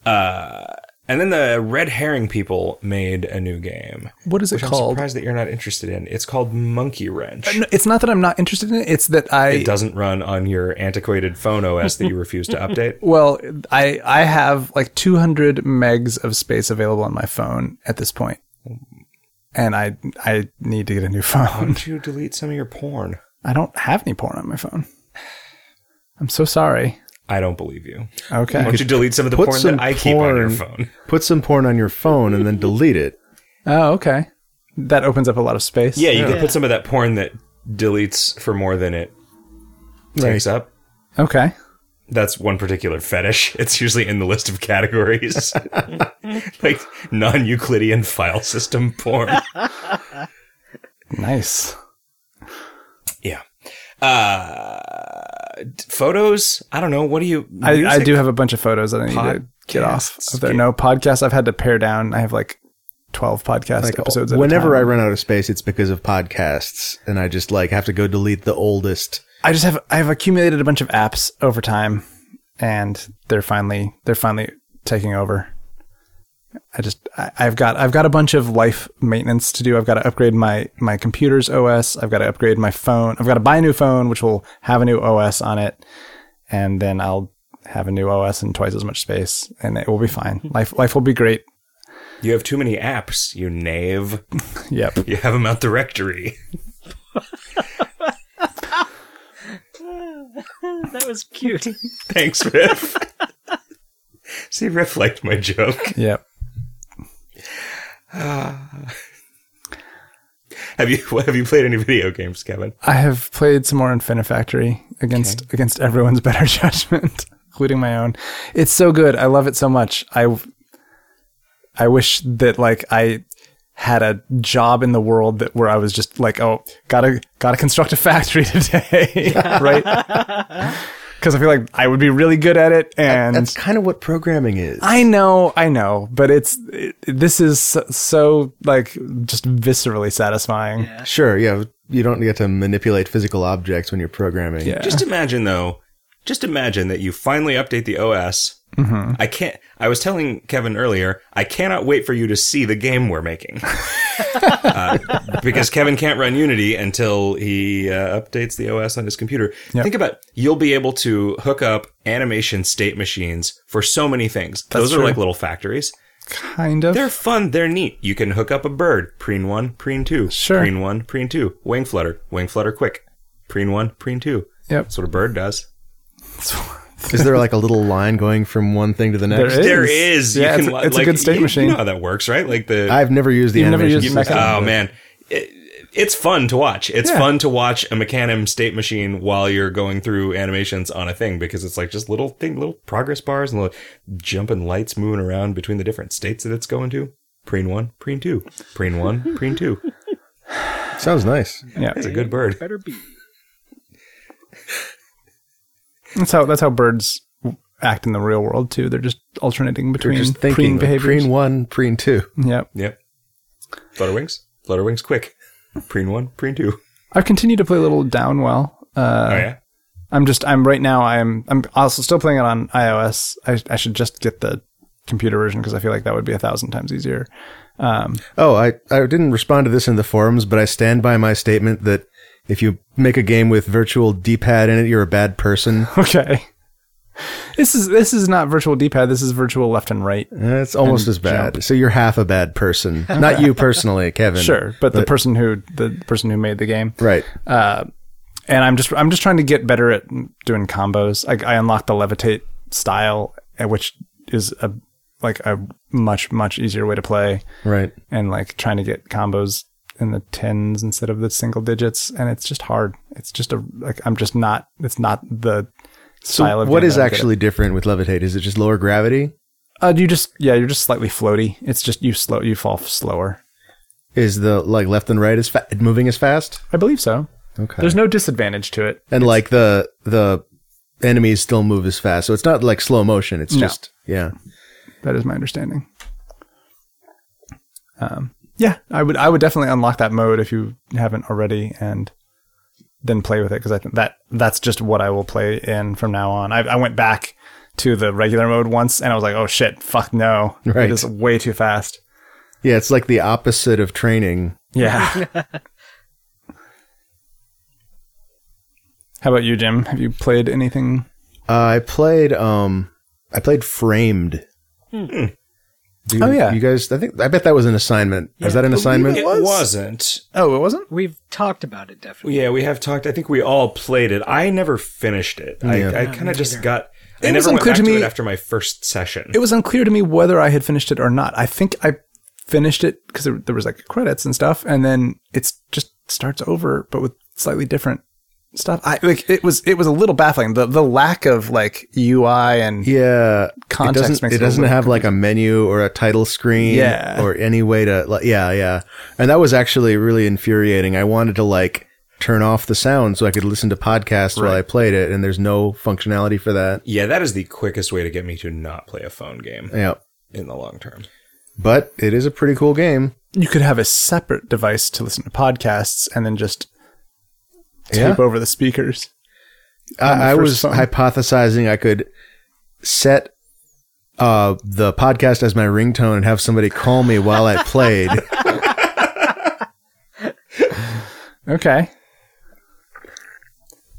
A: Uh, and then the Red Herring people made a new game,
D: What is it
A: which I'm
D: called? Uh,
A: surprised that you're not interested in. It's called Monkey Wrench.
D: No, it's not that I'm not interested in it. It's that I.
A: It doesn't run on your antiquated phone OS that you refuse to update.
D: Well, I I have like 200 megs of space available on my phone at this point, and I I need to get a new (laughs)
A: Why
D: phone.
A: don't you delete some of your porn?
D: I don't have any porn on my phone. I'm so sorry.
A: I don't believe you.
D: Okay.
A: Why don't you delete some of the
C: put
A: porn
C: some
A: that I keep on your
C: porn-
A: phone?
C: Put some porn on your phone and then delete it.
D: Oh, okay. That opens up a lot of
A: (laughs)
D: space.
A: Yeah, you
B: Yeah.
A: can put some of that porn that deletes for more than it takes up.
D: Okay.
A: That's one particular fetish. (laughs) It's usually in the list of categories, (laughs) like non-Euclidean file system porn.
D: Nice.
A: (laughs) yeah. Uh, d- photos. I don't know. What do you?
D: I, I
A: music?
D: do have a bunch of photos that I need to get off
A: Podcasts.
D: of there. No podcasts. I've had to pare down. I have like 12 podcast
C: Like
D: episodes.
C: whenever
D: I
C: I run out of space, it's because of podcasts, and I just like have to go delete the oldest.
D: I just have I've accumulated a bunch of apps over time, and they're finally they're finally taking over. I just I, I've got I've got a bunch of life maintenance to do. I've got to upgrade my my computer's OS. I've got to upgrade my phone. I've got to buy a new phone, which will have a new OS on it, and then I'll have a new OS and twice as much space, and it will be fine. Life life will be great.
A: You have too many apps. You knave.
D: Yep.
A: You have them out the rectory.
B: (laughs) That was
A: (laughs)
B: cute.
A: Thanks, Riff. (laughs) See, Riff liked my joke.
D: Yep.
A: Have you have you played any video games, Kevin?
D: I have played some more Infinifactory against against everyone's (laughs) better judgment, including my own. It's so good. I love it so much. I I wish that like I had a job in the world that where I was just like, oh, gotta gotta construct a factory (laughs) today, right? Because I feel like I would be really good at it, and
C: That's kind of what programming is.
D: I know, I know, but it's it, this is so, so like just viscerally satisfying. Yeah.
C: sure, yeah. You don't get to manipulate physical objects when you're programming.
A: Just imagine though, just imagine that you finally update the OS. I can't. I was telling Kevin earlier, I cannot wait for you to see the game we're making, Uh, because Kevin can't run Unity until he uh, updates the OS on his computer. Think about you'll be able to hook up animation state machines for so many things. Those are
D: true.
A: like little factories.
D: kind of.
A: They're fun. They're neat. You can hook up a bird. Preen one, preen two.
D: Sure.
A: Preen one, preen two. Wing flutter. Wing flutter quick. Preen one, preen two.
D: Yep.
A: That's what a bird does.
C: Is there like a little line going from one thing to the next?
D: is.
A: There is.
D: Yeah, it's,
A: li-
D: it's
A: like,
D: a good state
A: you,
D: machine.
A: You know how that works, right? Like the.
C: I've never used the
D: You've never
C: animation.
D: used
C: system.
D: mecha-
A: oh man, it, it's fun to watch. It's
D: Yeah.
A: fun to watch a Mechanim state machine while you're going through animations on a thing because it's like just little thing, little progress bars and little jumping lights moving around between the different states that it's going to. Preen one, preen two, preen one, preen two.
C: Sounds nice.
D: yeah,
A: It's a good bird.
B: Better be.
D: that's how that's how birds act in the real world too. They're just alternating
C: You're
D: between
C: just
D: preen
C: thinking like,
D: behaviors.
C: preen one, preen two.
D: yeah,
A: Yep. Flutterwings. Flutterwings quick. Preen one, preen two.
D: I've continued to play a little down well. Uh,
A: Oh yeah.
D: I'm just I'm right now I'm I'm also still playing it on iOS. I I should just get the computer version because I feel like that would be a thousand times easier. (laughs)
C: Oh, I, I didn't respond to this in the forums, but I stand by my statement that if you make a game with virtual D pad in it, you're a bad person.
D: Okay. This is this is not virtual D-pad. This is virtual left and right.
C: It's almost as bad. So you're half a bad person. Not you
D: (laughs)
C: personally, Kevin.
D: Sure, but the person who the person who made the game.
C: Right.
D: and I'm just I'm just trying to get better at doing combos. I, I unlocked the levitate style, uh, which is a like a much much easier way to play, (laughs)
C: Right.
D: and like trying to get combos in the tens instead of the single digits, and it's just hard. It's just a like I'm just not. It's not the style of
C: What
D: game
C: is
D: that I'm good
C: actually different with levitate? Is it just lower gravity?
D: at. Uh, you just yeah, you're just slightly floaty. It's just you slow you fall slower.
C: Is the like left and right is fa- moving as fast?
D: I believe so.
C: Okay.
D: There's no disadvantage to it.
C: and like the the enemies still move as fast, so it's not like slow motion. It's just yeah.
D: That is my understanding. Um, yeah, I would I would definitely unlock that mode if you haven't already, and then play with it because I think that that's just what I will play in from now on. I, I went back to the regular mode once, and I was like, oh shit, fuck no,
C: Right.
D: it is way too fast.
C: Yeah, it's like the opposite of training.
D: Yeah. How about you, Jim? Have you played anything?
C: Uh, I played um I played framed. Do you-
D: Hmm. Oh, yeah.
C: You guys I think I bet that was an assignment. was that an assignment?
A: It wasn't.
D: Oh, it wasn't.
B: We've talked about it definitely.
A: Yeah, we have talked. I think we all played it. I never finished it.
C: Yeah.
A: I, I kind of just got. I
D: It was
A: never went
D: unclear
A: back
D: to
A: to,
D: me-
A: it after my first session.
D: it was unclear to me whether I had finished it or not. I think I finished it because there, there was like credits and stuff, and then it's just starts over, but with slightly different stuff. I like it was it was a little baffling the the lack of like UI and
C: Yeah.
D: Context
C: it doesn't,
D: makes
C: it
D: it a
C: doesn't
D: little
C: have like a menu or a title screen
D: Yeah.
C: or any way to like, yeah, yeah. And that was actually really infuriating. I wanted to like turn off the sound so I could listen to podcasts while I played it and there's no functionality for that.
A: yeah, that is the quickest way to get me to not play a phone game
C: Yeah.
A: in the long term.
C: But it is a pretty cool game.
D: you could have a separate device to listen to podcasts and then just
C: Yeah.
D: tape over the speakers. the
C: I, I
D: first
C: was
D: phone.
C: hypothesizing I could set uh, the podcast as my ringtone and have somebody call me while I played.
D: Okay.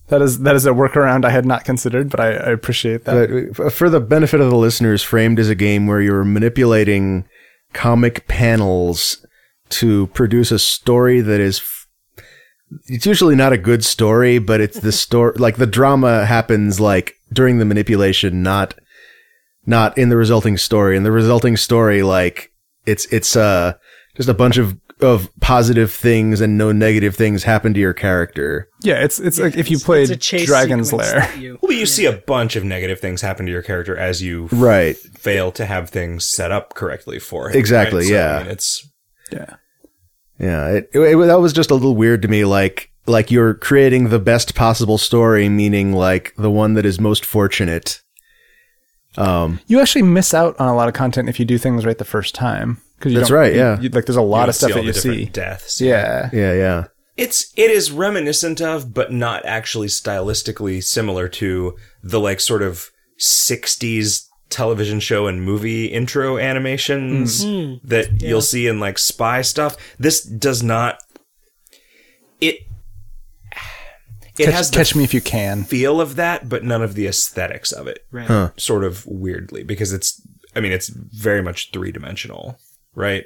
D: That is that is a workaround I had not considered, but I, I appreciate that.
C: but f- for the benefit of the listeners, Framed is a game where you're manipulating comic panels to produce a story that is. F- it's usually not a good story, but it's the story. (laughs) like the drama happens like during the manipulation, not not in the resulting story. And the resulting story, like it's it's uh just a bunch of of positive things and no negative things happen to your character.
D: yeah, it's it's like if you
B: It's-
D: played
B: it's a chase
D: Dragon's
B: sequence
D: Lair.
B: that
D: (laughs)
B: you-
A: Well, you see a bunch of negative things happen to your character as you
C: Right.
A: fail to have things set up correctly for it.
C: Exactly,
A: right? So,
C: yeah.
A: I mean, it's
D: Yeah.
C: Yeah, it, it, it- that was just a little weird to me. Like, like you're creating the best possible story, meaning like the one that is most fortunate. Um,
D: You actually miss out on a lot of content if you do things right the first time. 'Cause you
C: That's
D: don't-
C: right,
D: you-
C: yeah.
D: you- like there's a lot
A: don't
D: of stuff
A: see all
D: that you
A: the different
D: see.
A: Deaths.
D: Yeah.
C: yeah, yeah,
A: It's it is reminiscent of, but not actually stylistically similar to the like sort of '60s television show and movie intro animations
D: Mm-hmm. Hmm.
A: that you'll see in like spy stuff. This does not. It. It
D: Catch,
A: has the
D: catch me if you can.
A: feel of that, but none of the aesthetics of it.
B: Right.
A: Sort of weirdly, because it's, I mean, it's very much three dimensional, right?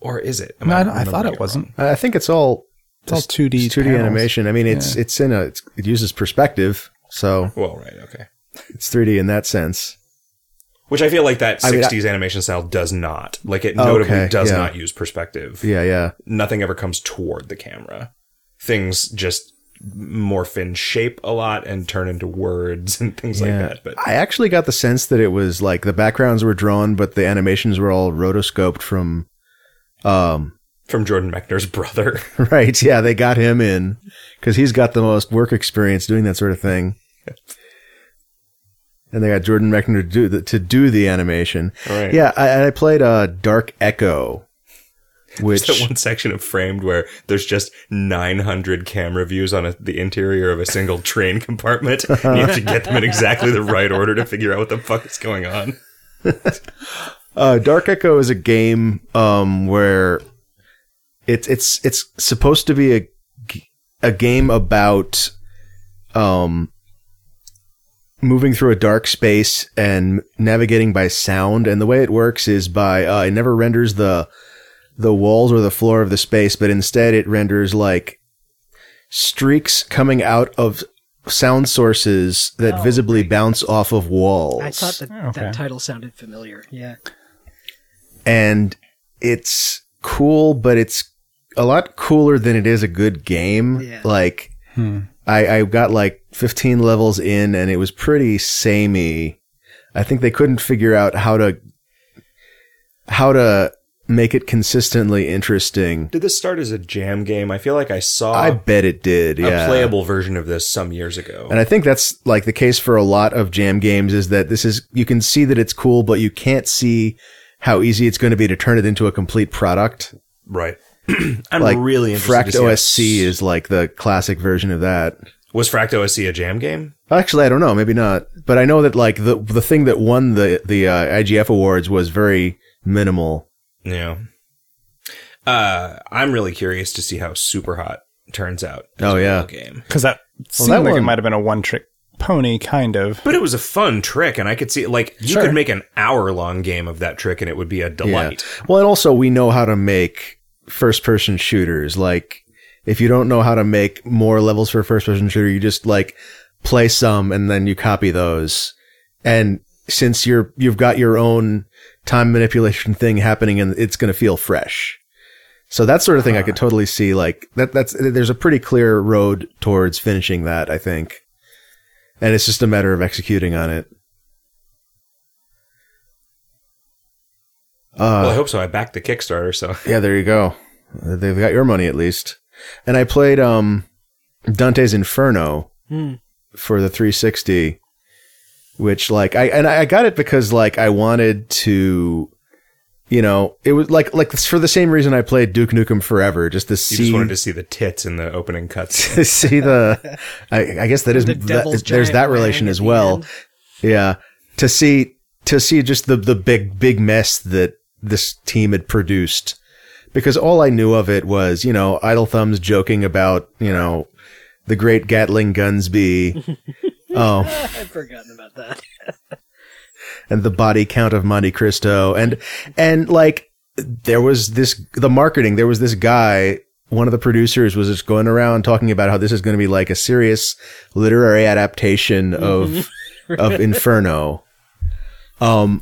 A: Or is it? Am
D: No, I, don't- I thought
A: remembering
D: it wasn't.
C: I I think it's all
D: It's all 2D
C: two D
D: panels.
C: animation. I mean, it's it's in a it's, it uses perspective, so
A: wrong? Well, right, okay.
C: it's three D in that sense.
A: Which I feel like that
C: I mean, I-
A: 60s animation style does not. Like it
C: Oh,
A: notably
C: okay,
A: does
C: yeah.
A: not use perspective.
C: Yeah, yeah,
A: Nothing ever comes toward the camera. Things just morph in shape a lot and turn into words (laughs) and things like
C: yeah.
A: that. But
C: I actually got the sense that it was like the backgrounds were drawn, but the animations were all rotoscoped from. Um,
A: from Jordan Mechner's brother.
C: (laughs) right, yeah, they got him in because he's got the most work experience doing that sort of thing. And they got Jordan Mechner to do the, to do the animation.
A: right.
C: Yeah, I, and I played uh, Dark Echo,
A: (laughs)
C: which
A: There's that one section of framed where there's just 900 camera views on a, the interior of a single train (laughs) compartment. And you have to get them in exactly the right order to figure out what the fuck is going on.
C: Uh, Dark Echo is a game um, where it's it's it's supposed to be a g- a game about um, moving through a dark space and navigating by sound. And the way it works is by uh, it never renders the the walls or the floor of the space, but instead it renders like streaks coming out of sound sources that visibly bounce off of walls
B: Oh, I thought that
C: Oh,
D: Okay.
B: that title sounded familiar. Yeah.
C: and it's cool, but it's a lot cooler than it is a good game.
B: Yeah.
C: Like
D: Hmm.
C: I, I got like 15 levels in, and it was pretty samey. I think they couldn't figure out how to how to make it consistently interesting.
A: Did this start as a jam game? I feel like I saw
C: I bet it did.
A: Uh, a
C: Yeah.
A: playable version of this some years ago.
C: And I think that's like the case for a lot of jam games is that this is you can see that it's cool, but you can't see how easy it's going to be to turn it into a complete product. (clears throat)
A: right. I'm
C: like
A: really
C: Fract
A: interested. to
C: OSC
A: see how-
C: is like the classic version of that.
A: was Fract OSC a jam game?
C: Actually, I don't know, maybe not, but I know that like the the thing that won the the uh, IGF awards was very minimal.
A: Yeah. Uh, I'm really curious to see how Super Hot turns out. as
C: Oh,
A: a
C: yeah.
A: real game.
D: Because that seemed
C: that
D: like it
C: one-
D: might have been a one trick pony, kind of.
A: But it was a fun trick, and I could see like you
D: Sure.
A: could make an hour long game of that trick, and it would be a delight.
C: Well, and also we know how to make first person shooters. Like if you don't know how to make more levels for a first person shooter, you just like play some and then you copy those. And since you're you've got your own time manipulation thing happening and it's going to feel fresh. So that sort of thing I could totally see like that that's there's a pretty clear road towards finishing that, I think. And it's just a matter of executing on it. Uh,
A: well, I hope so. I backed the Kickstarter, so (laughs)
C: yeah, there you go. They've got your money at least. And I played um, Dante's Inferno
B: Hmm.
C: for the 360, which like I and I got it because like I wanted to, you know, it was like like it's for the same reason I played Duke Nukem Forever, just to
A: you
C: see
A: just wanted to see the tits in the opening cuts.
C: to see (laughs) the. I, I guess that is
B: The
C: that,
B: devil's
C: there's
B: giant
C: that
B: wang
C: relation
B: at
C: as
B: the
C: well.
B: end. (laughs)
C: Yeah, to see to see just the the big big mess that this team had produced, because all I knew of it was you know Idle Thumbs joking about you know the great Gatling Gunsby, um,
B: I'd forgotten about that.
C: and the body count of Monte Cristo, and and like there was this the marketing. There was this guy. One of the producers was just going around talking about how this is going to be like a serious literary adaptation of of Inferno. Um,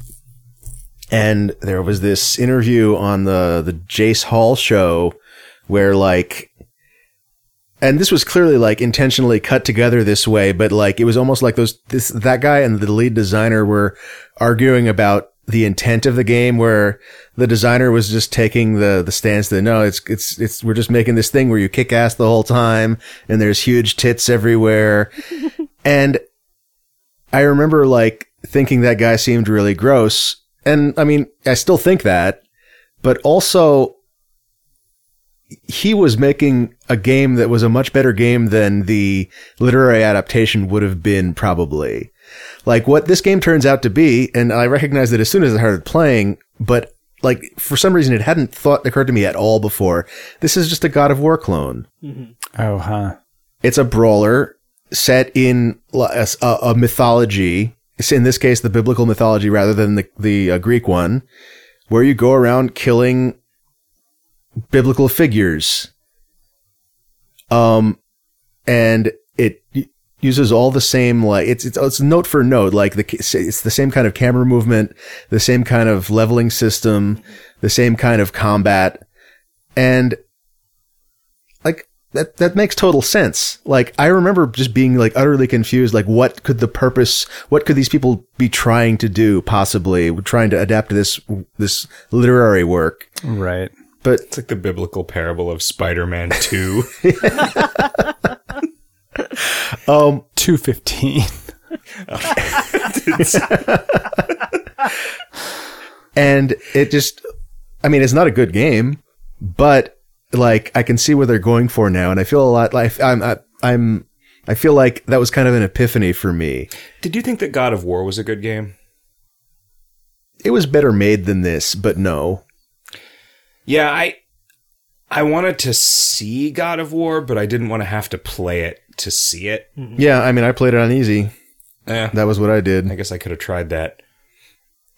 C: and there was this interview on the the Jace Hall show where like. And this was clearly like intentionally cut together this way, but like it was almost like those this that guy and the lead designer were arguing about the intent of the game where the designer was just taking the the stance that no it's it's it's we're just making this thing where you kick ass the whole time and there's huge tits everywhere and i remember like thinking that guy seemed really gross and i mean i still think that but also he was making a game that was a much better game than the literary adaptation would have been probably. Like what this game turns out to be, and I recognized that as soon as I started playing, but like for some reason it hadn't thought occurred to me at all before. This is just a God of War clone.
B: Mm-hmm.
D: Oh, huh.
C: It's a brawler set in li- a, s- a- a mythology. It's in this case the biblical mythology rather than the the uh, Greek one, where you go around killing biblical figures. Um, and it u- uses all the same like it's it's, it's note for note like the ca- it's the same kind of camera movement, the same kind of leveling system, the same kind of combat, and like that that makes total sense. Like I remember just being like utterly confused. Like what could the purpose? What could these people be trying to do? Possibly trying to adapt to this this literary work,
D: Right.
C: but
A: It's like the biblical parable of Spider-Man
C: (laughs)
A: 2.
C: um.
D: 215.
C: and it just i mean it's not a good game but like i can see where they're going for now and i feel a lot like i'm I, i'm i feel like that was kind of an epiphany for me
A: Did you think that God of War was a good game?
C: it was better made than this but no
A: Yeah, I I wanted to see God of War, but I didn't want to have to play it to see it.
C: yeah i mean i played it on easy
A: Eh,
C: that was what i
A: I
C: did
A: guess I could have tried that.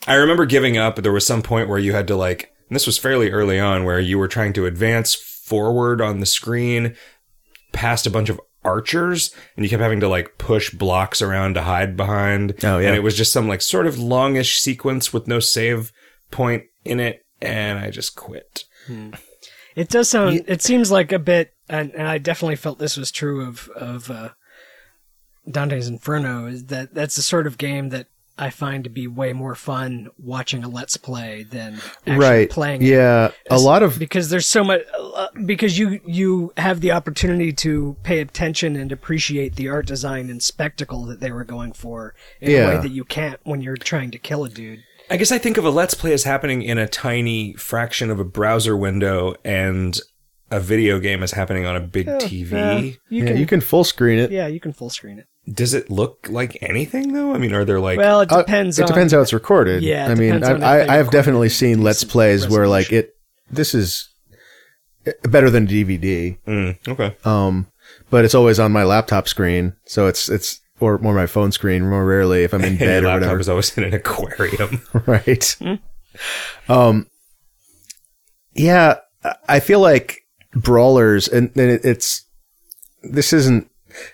A: I remember giving up, but there was some point where you had to like and this was fairly early on where you were trying to advance forward on the screen past a bunch of archers and you kept having to like push blocks around to hide behind.
C: Oh, yeah.
A: And it was just some like sort of longish sequence with no save point in it and I just quit.
B: It does sound. It seems like a bit, and, and I definitely felt this was true of of uh, Dante's Inferno. Is that that's the sort of game that I find to be way more fun watching a let's play than actually
C: right
B: playing. it.
C: yeah a
B: It's-
C: lot of
B: because there's so much uh, because you you have the opportunity to pay attention and appreciate the art design and spectacle that they were going for in a
C: Yeah.
B: way that you can't when you're trying to kill a dude.
A: I guess I think of a let's play as happening in a tiny fraction of a browser window and a video game as happening on a big
B: Oh,
A: TV.
B: You
C: yeah,
B: can
C: you can full screen it
B: yeah you can full screen it.
A: Does it look like anything though? I mean, are there like
B: Well, it
C: Uh,
B: depends.
C: it
B: on,
C: depends how it's recorded
B: Yeah, it
C: i mean
B: depends on if
C: i,
B: they
C: I i've
B: record it
C: definitely
B: in
C: seen let's
B: decent
C: plays where like
B: resolution.
C: it this is eh, better than dvd
A: Mm, okay.
C: um, but it's always on my laptop screen, so it's it's or more my phone screen more rarely if I'm in
A: And (laughs) your
C: bed or
A: laptop
C: whatever,
A: is always in an aquarium.
C: right? Um, yeah, I- I feel like brawlers, and, and it, it's this isn't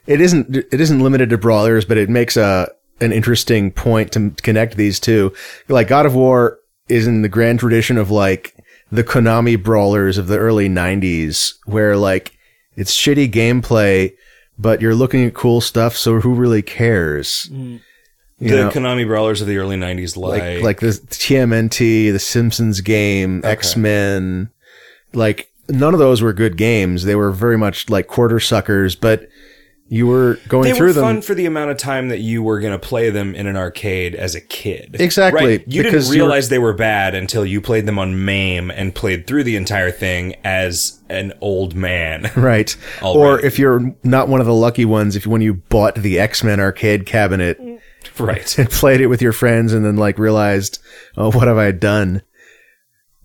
C: it isn't it isn't limited to brawlers, but it makes a an interesting point to m- connect these two. Like God of War is in the grand tradition of like the Konami brawlers of the early '90s, where like it's shitty gameplay, but you're looking at cool stuff, so who really cares? (laughs) You
A: the
C: know?
A: Konami brawlers of the early '90s, like,
C: like like the TMNT, the Simpsons game, X Men, like none of those were good games. They were very much like quarter suckers, but you were going
A: they
C: through
A: were
C: them.
A: fun for the amount of time that you were going to play them in an arcade as a kid.
C: Exactly,
A: Right? You
C: because
A: didn't
C: you're-
A: realize they were bad until you played them on MAME and played through the entire thing as an old man. (laughs)
C: Right.
A: All
C: or
A: right.
C: if you're not one of the lucky ones, if when you bought the X Men arcade cabinet
A: Mm. right.
C: and (laughs) played it with your friends and then like realized, oh, what have I done?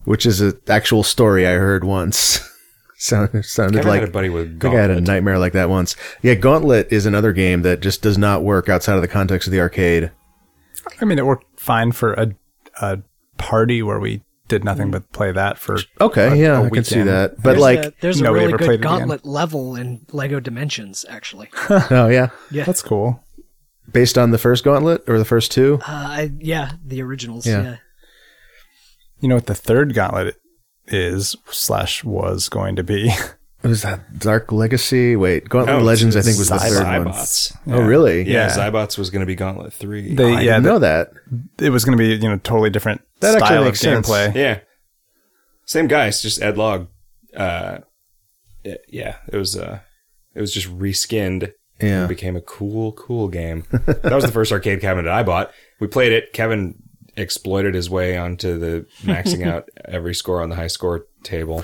C: Which is an actual story I heard once. (laughs) Sound, sounded
A: Kevin
C: like
A: had a buddy with
C: I think I had a
A: Gauntlet.
C: nightmare like that once. Yeah, Gauntlet is another game that just does not work outside of the context of the arcade.
D: (laughs) I mean, it worked fine for a, a party where we did
C: Hmm.
D: nothing but play that for. Oh,
C: Okay,
D: a-
C: yeah,
D: a
C: I can see
D: weekend.
C: that. But
B: There's
C: like,
B: a, there's a
D: nobody
B: really
D: ever played
B: good
D: it again.
B: gauntlet level in Lego Dimensions,
C: (laughs)
B: actually.
C: (laughs) oh yeah,
D: That's cool.
C: based on the first Gauntlet or the first two.
B: Uh, I, yeah, the originals.
C: Yeah.
B: Yeah.
D: You know what the third gauntlet is slash was going to be? (laughs)
C: It was that Dark Legacy. Wait, Gauntlet
A: No,
C: Legends, I
A: it's-
C: think, was the
A: it's
C: third
A: Zybots.
C: one. Oh, really?
A: Yeah,
D: Oh, Yeah.
A: Zybots was going to be Gauntlet Three.
D: They,
C: I
D: yeah,
C: didn't
D: th-
C: know that.
D: it was going to be you know totally different
C: That actually
D: style of
C: makes sense.
D: gameplay.
A: yeah, same guys, just Ed Log. Uh, it- yeah, it was uh, it was just reskinned
C: Yeah.
A: It became a cool, cool game. that was the first arcade cabinet I bought. We played it. Kevin exploited his way onto the maxing
C: (laughs)
A: out every score on the high score table.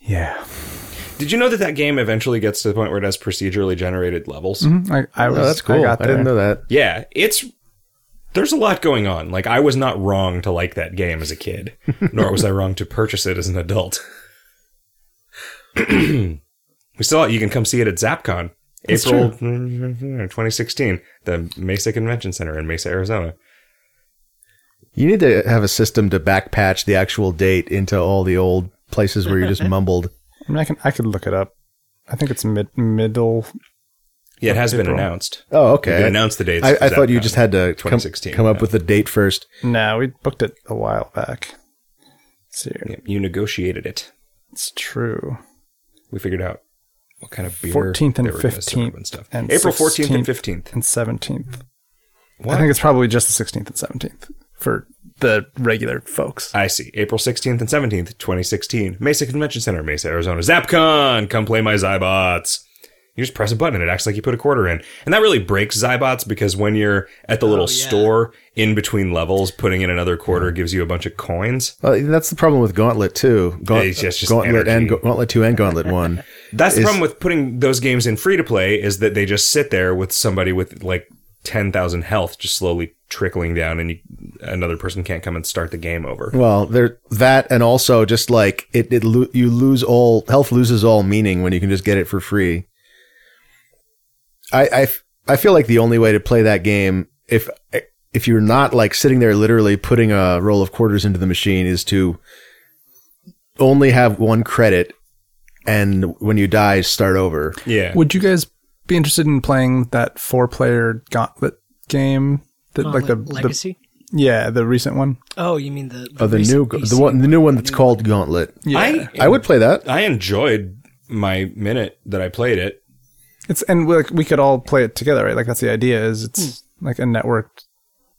D: Yeah,
A: Did you know that that game eventually gets to the point where it has procedurally generated levels?
D: Mhm. I, I was.
C: Oh, that's cool.
D: I,
C: I,
D: got
C: didn't
D: there.
C: know that.
A: Yeah, it's there's a lot going on. Like I was not wrong to like that game as a kid,
C: (laughs)
A: nor was I wrong to purchase it as an adult. (clears throat) we saw it. You can come see it at ZapCon,
D: That's
A: April 2016, the Mesa Convention Center in Mesa, Arizona.
C: You need to have a system to backpatch the actual date into all the old places where you
D: (laughs)
C: just mumbled.
D: I, mean, I can. I could look it up. I think it's mid middle.
A: Yeah, it has been
D: April.
A: announced.
C: Oh,
A: They
C: okay.
A: announced the dates.
C: I,
A: for
C: I thought you
A: ZapCon.
C: just had to come,
A: 2016,
C: come up
A: no.
C: with the date first.
D: No, we booked it a while back. It's here.
A: Yeah, you negotiated it.
D: It's true.
A: We figured out what kind of beer
D: 14th and
A: they were gonna serve
D: 15th
A: and stuff.
D: and
A: April 14th and 15th.
D: And seventeenth.
A: What?
D: I think it's probably just the sixteenth and seventeenth for the regular folks.
A: I see. April 16th and 17th, 2016. Mesa Convention Center, Mesa, Arizona. ZapCon! Come play my Zybots. You just press a button. It acts like you put a quarter in. And that really breaks Zybots because when you're at the little
B: yeah.
A: store in between levels, putting in another quarter gives you a bunch of coins.
C: Well, that's the problem with Gauntlet too. Gaunt,
A: It's just- just
C: Gauntlet and
A: energy.
C: Gauntlet two and Gauntlet one. (laughs)
A: That's the
C: Is-
A: problem with putting those games in free to play is that they just sit there with somebody with like 10,000 health just slowly trickling down and you, another person can't come and start the game over.
C: Well, there that and also just like it, it lo- you lose all health loses all meaning when you can just get it for free. I I f- I feel like the only way to play that game if if you're not like sitting there literally putting a roll of quarters into the machine is to only have one credit and when you die start over.
A: Yeah.
D: Would you guys be interested in playing that four player gauntlet game? That like the,
B: Gauntlet
D: the
B: Oh, legacy.
D: yeah the recent one.
B: oh, you mean the
C: Oh, the new
B: recent
C: the
B: PC
C: one the new one that's called Gauntlet.
D: Yeah,
A: I,
C: I would play that.
A: I enjoyed my minute that I played it.
D: it's and we, like we could all play it together, right? Like that's the idea. Is it's like a networked.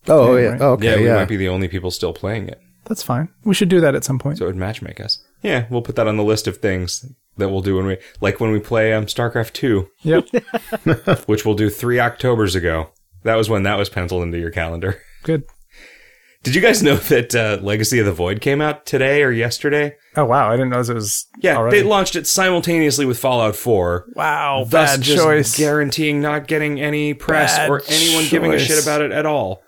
C: Oh
D: Yeah,
C: yeah.
D: right.
C: Oh,
A: yeah,
C: okay.
A: we
C: Yeah.
A: might be the only people still playing it.
D: That's fine. We should do that at some point.
A: So it would matchmake us. Yeah, we'll put that on the list of things that we'll do when we like when we play um, StarCraft 2,
D: yep.
A: which we'll do 3 Octobers ago. That was when that was penciled into your calendar. (laughs)
D: Good.
A: Did you guys know that uh, Legacy of the Void came out today or yesterday?
D: Oh wow, I didn't know it was.
A: Yeah,
D: already.
A: they launched it simultaneously with Fallout 4.
D: wow,
A: thus
D: bad
A: just
D: choice.
A: guaranteeing not getting any press
D: Bad
A: or anyone giving a shit
D: choice.
A: about it at all.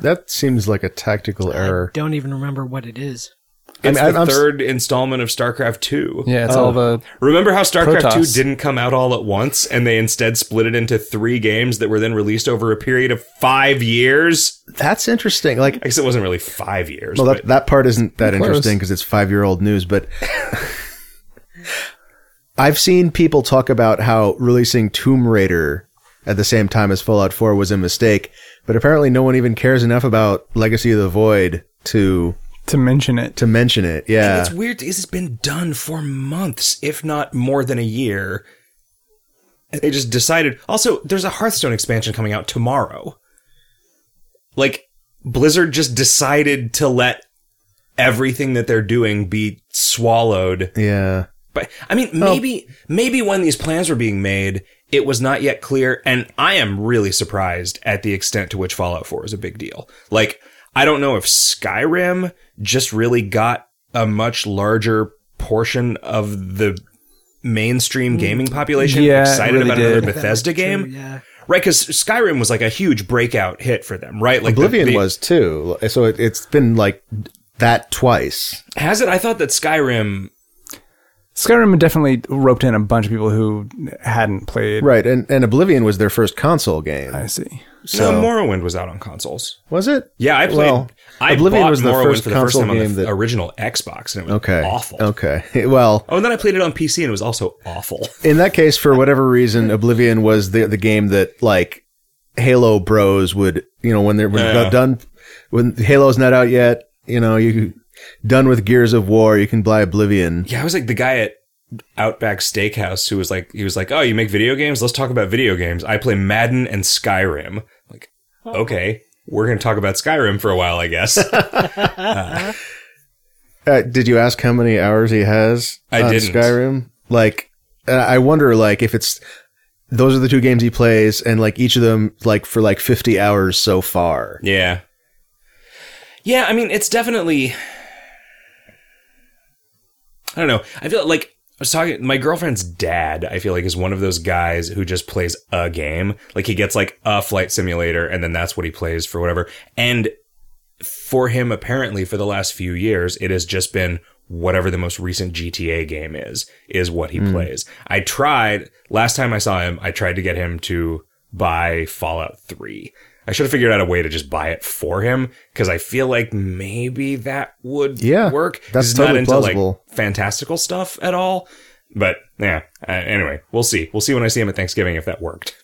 C: That seems like a tactical error.
B: Don't even remember what it is.
A: It's
C: mean, I'm-
A: the
C: I'm s-
A: 3rd installment of StarCraft 2.
D: yeah, it's all
A: Oh.
D: the
A: Remember how StarCraft
D: Protoss.
A: 2 didn't come out all at once and they instead split it into three games that were then released over a period of five years?
C: That's interesting. Like
A: I guess it wasn't really five years.
C: Well,
A: but
C: that, that part isn't that
D: Close.
C: interesting because it's five year old news, but I've seen people talk about how releasing Tomb Raider at the same time as Fallout 4 was a mistake, but apparently no one even cares enough about Legacy of the Void to
D: to mention it.
C: to mention it. Yeah.
A: it's weird. This has been done for months, if not more than a year. And they just decided. Also, there's a Hearthstone expansion coming out tomorrow. Like, Blizzard just decided to let everything that they're doing be swallowed
C: Yeah.
A: But I
D: Oh.
A: mean, maybe maybe when these plans were being made, it was not yet clear, and I am really surprised at the extent to which Fallout 4 is a big deal. Like, I don't know if Skyrim just really got a much larger portion of the mainstream gaming population
D: Mm. Yeah, it
A: excited
D: really
A: about
D: did.
A: another
B: That might
A: Bethesda
B: be true,
A: game.
B: Yeah.
A: Right, because Skyrim was like a huge breakout hit for them, right? Like the-
C: Oblivion
A: the-
C: was too. So it, it's been like that twice.
A: Has it? I thought that Skyrim
D: Skyrim definitely roped in a bunch of people who hadn't played.
C: Right. And, and Oblivion was their first console game.
D: I see.
C: So
A: No, Morrowind was out on consoles.
C: was it?
A: Yeah, I played.
C: Well,
A: I
C: Oblivion
A: bought
C: was the
A: Morrowind
C: first
A: for the first
C: console
A: time on
C: game
A: the
C: that-
A: original Xbox, and it was
C: Okay.
A: awful.
C: Okay. (laughs) Well,
A: Oh, and then I played it on PC, and it was also awful. (laughs)
C: in that case, for whatever reason, Oblivion was the the game that like Halo Bros would you know when they're when
A: Yeah.
C: they're done when Halo's not out yet, you know you done with Gears of War, you can buy Oblivion.
A: yeah, I was like the guy at Outback Steakhouse who was like, he was like, oh, you make video games? Let's talk about video games. I play Madden and Skyrim. I'm like, okay, we're going to talk about Skyrim for a while, I
C: (laughs)
A: guess.
C: Uh, did you ask how many hours he has
A: I
C: on
A: didn't.
C: Skyrim? Like, uh, I wonder, like, if it's those are the two games he plays, and like each of them, like for like fifty hours so far.
A: yeah. Yeah, I mean, it's definitely. I don't know. I feel like I was talking. My girlfriend's dad, I feel like, is one of those guys who just plays a game. Like he gets like a flight simulator, and then that's what he plays for whatever. And for him, apparently, for the last few years, it has just been whatever the most recent GTA game is, is what he plays. I tried last time I saw him. I tried to get him to buy Fallout Three. I should have figured out a way to just buy it for him because I feel like maybe that would
C: Yeah,
A: work.
C: that's
A: He's
C: totally
A: not into, like,
C: plausible.
A: fantastical stuff at all. But yeah, uh, anyway, we'll see. We'll see when I see him at Thanksgiving if that
C: (laughs)
A: worked.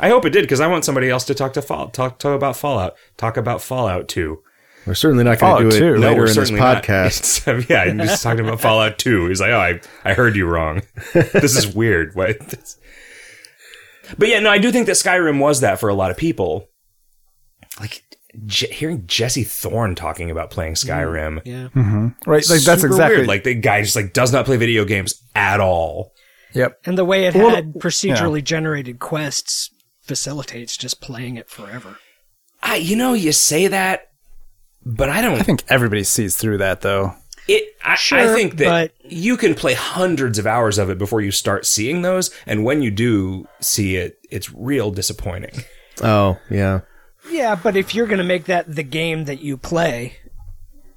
A: I hope it did because I want somebody else to talk to fall- talk to about Fallout, talk about Fallout Two.
C: We're certainly not going
D: Fallout
C: to do it
D: two. No,
C: later
A: we're
C: in this
A: certainly not. (laughs)
C: podcast.
A: It's- yeah, I'm just talking about Fallout Two. He's like, oh, I I heard you
C: (laughs)
A: wrong. this is weird. What? this- (laughs) But yeah, no, I do think that Skyrim was that for a lot of people. Like Je- hearing Jesse Thorne talking about playing
C: Mm,
A: Skyrim.
B: Yeah.
D: Mm-hmm. Right, like that's
A: super
D: exactly
A: weird. like the guy just like does not play video games at all.
D: Yep.
B: And the way it
D: Well,
B: had procedurally generated quests facilitates just playing it forever.
A: I, you know, you say that, but I don't.
D: I think everybody sees through that though.
A: It. I, I
B: Sure,
A: think that
B: but-
A: you can play hundreds of hours of it before you start seeing those, and when you do see it, it's real disappointing.
C: Oh yeah,
B: Yeah, but if you're going to make that the game that you play,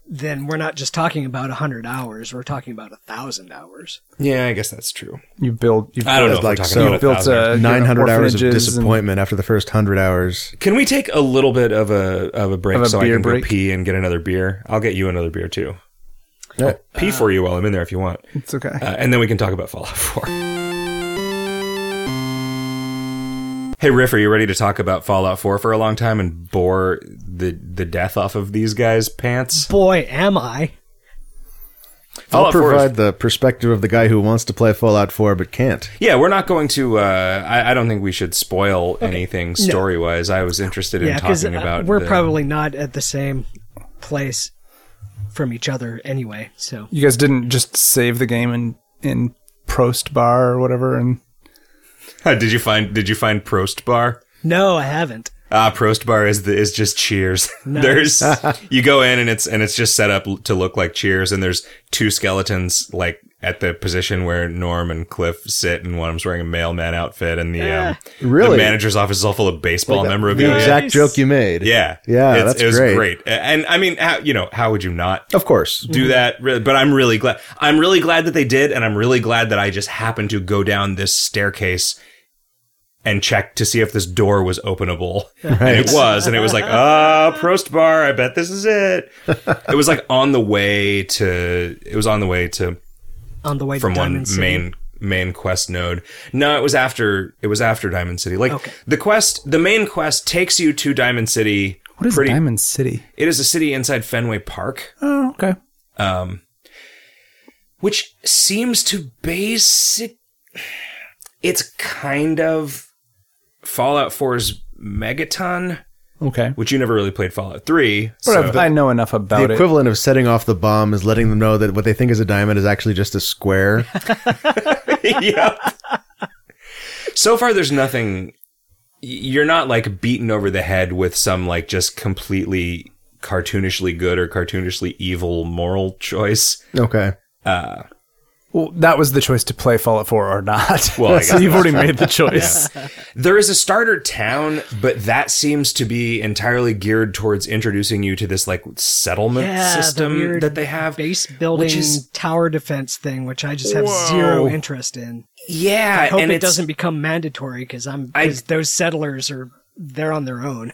B: then we're not just talking about 100 hours, we're talking about 1,000 hours.
A: Yeah, I guess that's true.
D: You build. You've
A: I don't know. if
D: built,
A: we're
C: like,
A: talking
C: so-
A: about a
D: You've built
A: thousand.
D: uh,
C: nine hundred hours of
D: orphanages and-
C: disappointment after the first hundred hours.
A: Can we take a little bit of a of a break
D: Of a
A: so I
D: beer
A: can
D: break?
A: go pee and get another beer? I'll get you another beer too. I'll pee for you while I'm in there if you want, uh,
D: It's okay.
A: and then we can talk about Fallout (laughs) Four. Hey Riff, are you ready to talk about Fallout 4 for a long time and bore the the death off of these guys' pants?
B: Boy, am I.
C: I'll
A: Fallout 4 is
C: provide the perspective of the guy who wants to play Fallout Four but can't.
A: Yeah, we're not going to. Uh, I, I don't think we should spoil anything story wise. I was interested in
B: Yeah, because
A: talking about.
B: we're
A: the-
B: probably not at the same place from each other anyway, so.
D: you guys didn't just save the game in in Prost Bar or whatever, and
A: (laughs) did you find? Did you find Prost Bar?
B: No, I haven't.
A: Ah, Prost Bar is the, is just Cheers. (laughs) there's you go in and it's and it's just set up to look like Cheers, and there's two skeletons like at the position where Norm and Cliff sit, and one of them's wearing a mailman outfit, and the um,
C: Really?
A: the manager's office is all full of baseball memorabilia.
C: The exact
B: Nice.
C: joke you made.
A: yeah,
C: Yeah,
A: It's-
C: that's
A: it was
C: great.
A: great. And I mean, how, you know, how would you not
C: Of course.
B: Mm-hmm.
A: do that. really- But I'm really glad. I'm really glad that they did, and I'm really glad that I just happened to go down this staircase and check to see if this door was
B: (laughs)
A: openable. And it was, and it was like, ah, Prost Bar. I bet this is it. it was like on the way to. It was on the way to
B: On the way
A: from
B: to Diamond
A: one
B: City.
A: main main quest node. No, it was after it was after Diamond City. Like
B: Okay.
A: the quest, the main quest takes you to Diamond City.
D: what is
A: Pretty-
D: Diamond City?
A: It is a city inside Fenway Park.
D: Oh, okay.
A: Um, which seems to basic it's kind of Fallout 4's Megaton,
D: Okay.
A: which you never really played Fallout 3. so- (laughs)
D: Whatever. I know enough about
C: The
D: it.
C: equivalent of setting off the bomb is letting them know that what they think is a diamond is actually just a
D: (laughs)
C: square.
A: yep. So far, there's nothing. You're not like beaten over the head with some like just completely cartoonishly good or cartoonishly evil moral choice.
C: okay.
D: Well, that was the choice to play Fallout 4 or not.
A: (laughs) Well, I
D: so
A: guess
D: you've already
A: (laughs)
D: made the choice.
A: There is a starter town, but that seems to be entirely geared towards introducing you to this like settlement
B: Yeah, the
A: system
B: weird
A: that they have.
B: Base building
A: which is-
B: tower defense thing, which I just have zero interest in.
A: yeah,
B: hope
A: and
B: it
A: it's-
B: doesn't become mandatory because I'm
A: I-
B: because those settlers are they're on their own.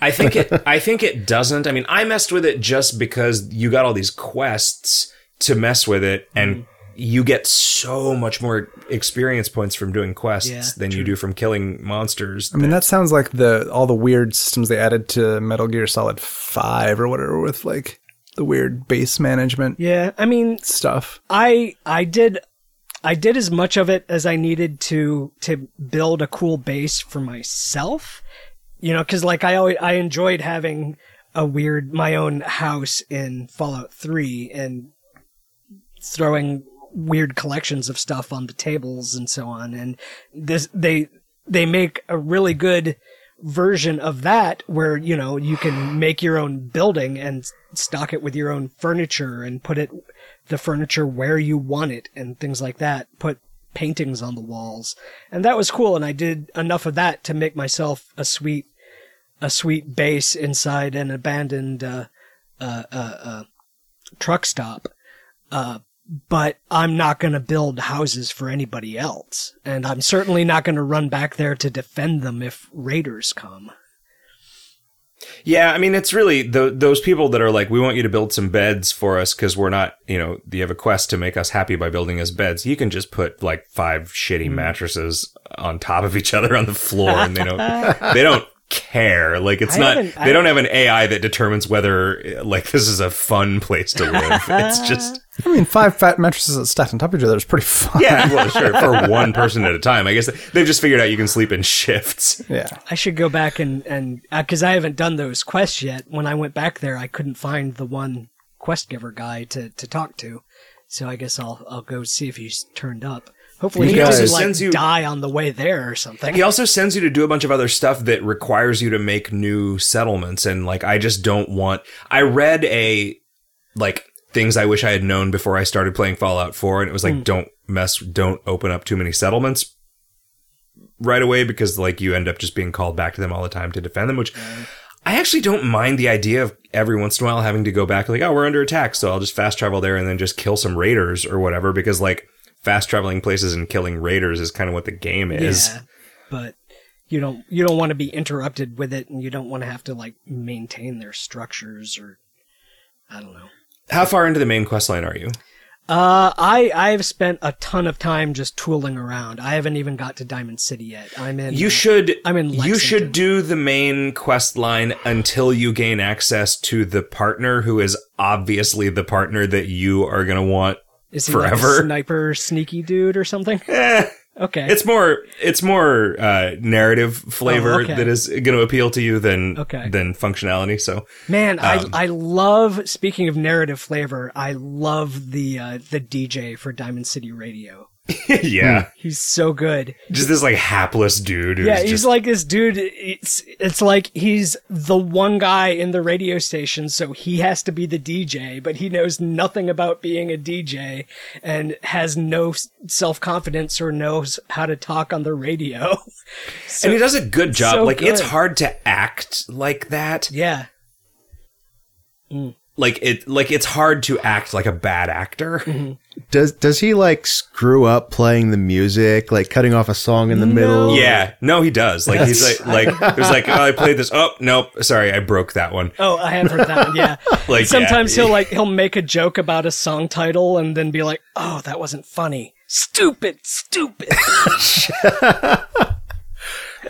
A: I think
B: (laughs)
A: it. I think it doesn't. I mean, I messed with it just because you got all these quests to mess with it, and
B: Mm.
A: you get so much more experience points from doing quests
B: Yeah,
A: than you do from killing monsters.
D: I mean, that sounds like the all the weird systems they added to Metal Gear Solid 5 or whatever with like the weird base management
B: Yeah, I mean,
D: stuff.
B: I I did I did as much of it as I needed to to build a cool base for myself. You know, because like I always I enjoyed having a weird my own house in Fallout Three and throwing weird collections of stuff on the tables and so on. And this they they make a really good version of that where you know you can make your own building and stock it with your own furniture and put it the furniture where you want it and things like that put paintings on the walls and that was cool and i did enough of that to make myself a sweet a sweet base inside an abandoned uh, uh, uh, uh, truck stop uh, but I'm not going to build houses for anybody else. And I'm certainly not going to run back there to defend them if raiders come.
A: Yeah, I mean, it's really tho- those people that are like, we want you to build some beds for us because we're not, you know, you have a quest to make us happy by building us beds. You can just put like five
B: Hmm.
A: shitty mattresses on top of each other on the floor, and they
B: (laughs)
A: don't, they don't care. Like, it's
B: I
A: not,
B: haven't- I
A: they don't have an AI that determines whether like this is a fun place to
B: (laughs)
A: live. it's just,
D: I mean, five fat mattresses that stacked on top of each other is pretty fun.
A: yeah, well, sure, for one person at a time. I guess they've just figured out you can sleep in shifts.
D: (laughs) Yeah.
B: I should go back and, and, because I haven't done those quests yet. When I went back there, I couldn't find the one quest giver guy to, to talk to. So I guess I'll, I'll go see if he's turned up. Hopefully
A: He
B: he,
A: also
B: doesn't like
A: sends you-
B: die on the way there or something.
A: He also sends you to do a bunch of other stuff that requires you to make new settlements. And like, I just don't want. I read a like things I wish I had known before I started playing Fallout 4, and it was like, don't mess, don't open up too many settlements right away because like you end up just being called back to them all the time to defend them, which. I actually don't mind the idea of every once in a while having to go back, like, oh, we're under attack, so I'll just fast travel there and then just kill some raiders or whatever, because like fast traveling places and killing raiders is kind of what the game is.
B: Yeah, but you don't you don't want to be interrupted with it, and you don't want to have to like maintain their structures or I don't know.
A: How far into the main quest line are you?
B: Uh, I I've spent a ton of time just tooling around. I haven't even got to Diamond City yet. I'm in.
A: You should.
B: I'm in
A: You should
B: Lexington.
A: do the main quest line until you gain access to the partner who is obviously the partner that you are going to want.
B: is he like a
A: forever.
B: sniper sneaky dude or
A: (laughs)
B: something?
A: Eh,
B: Okay.
A: it's more. It's more uh, narrative flavor
B: Oh, okay.
A: that is going to appeal to you than
B: Okay.
A: than functionality. So (laughs)
B: Man,
A: um,
B: I I love speaking of narrative flavor. I love the uh, the DJ for Diamond City Radio.
A: yeah,
B: He's so good.
A: just this like hapless dude. Who's
B: Hmm. Yeah, he's
A: just,
B: like this dude. It's it's like he's the one guy in the radio station, so he has to be the DJ, but he knows nothing about being a DJ and has no self confidence or knows how to talk on the radio. (laughs)
A: and he does a good job.
B: so
A: like it's
B: good.
A: hard to act like that.
B: Yeah,
A: Like it. Like it's hard to act like a bad actor.
B: Hmm.
C: Does does he like screw up playing the music, like cutting off a song in the middle?
A: Yeah, no, he does. Like he's like, like
B: (laughs)
A: it was like, oh, I played this. Oh, nope, sorry, I broke that one.
B: Oh, I have heard that one. Yeah.
A: Like,
B: sometimes
A: yeah.
B: he'll like he'll make a joke about a song title and then be like, "Oh, that wasn't funny. Stupid, stupid."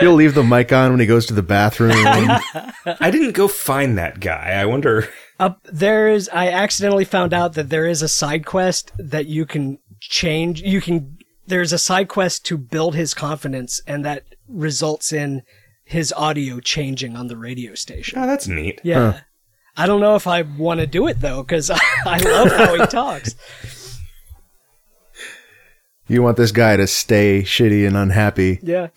C: He'll leave the mic on when he goes to the
D: (laughs)
C: bathroom.
A: I didn't go find that guy. I wonder. (laughs)
B: Up there is I accidentally found out that there is a side quest that you can change. You can there's a side quest to build his confidence and that results in his audio changing on the radio station.
A: Oh, that's neat.
B: Yeah. I don't know if I want to do it though cuz (laughs) I love how he talks.
C: you want this guy to stay shitty and unhappy.
B: Yeah.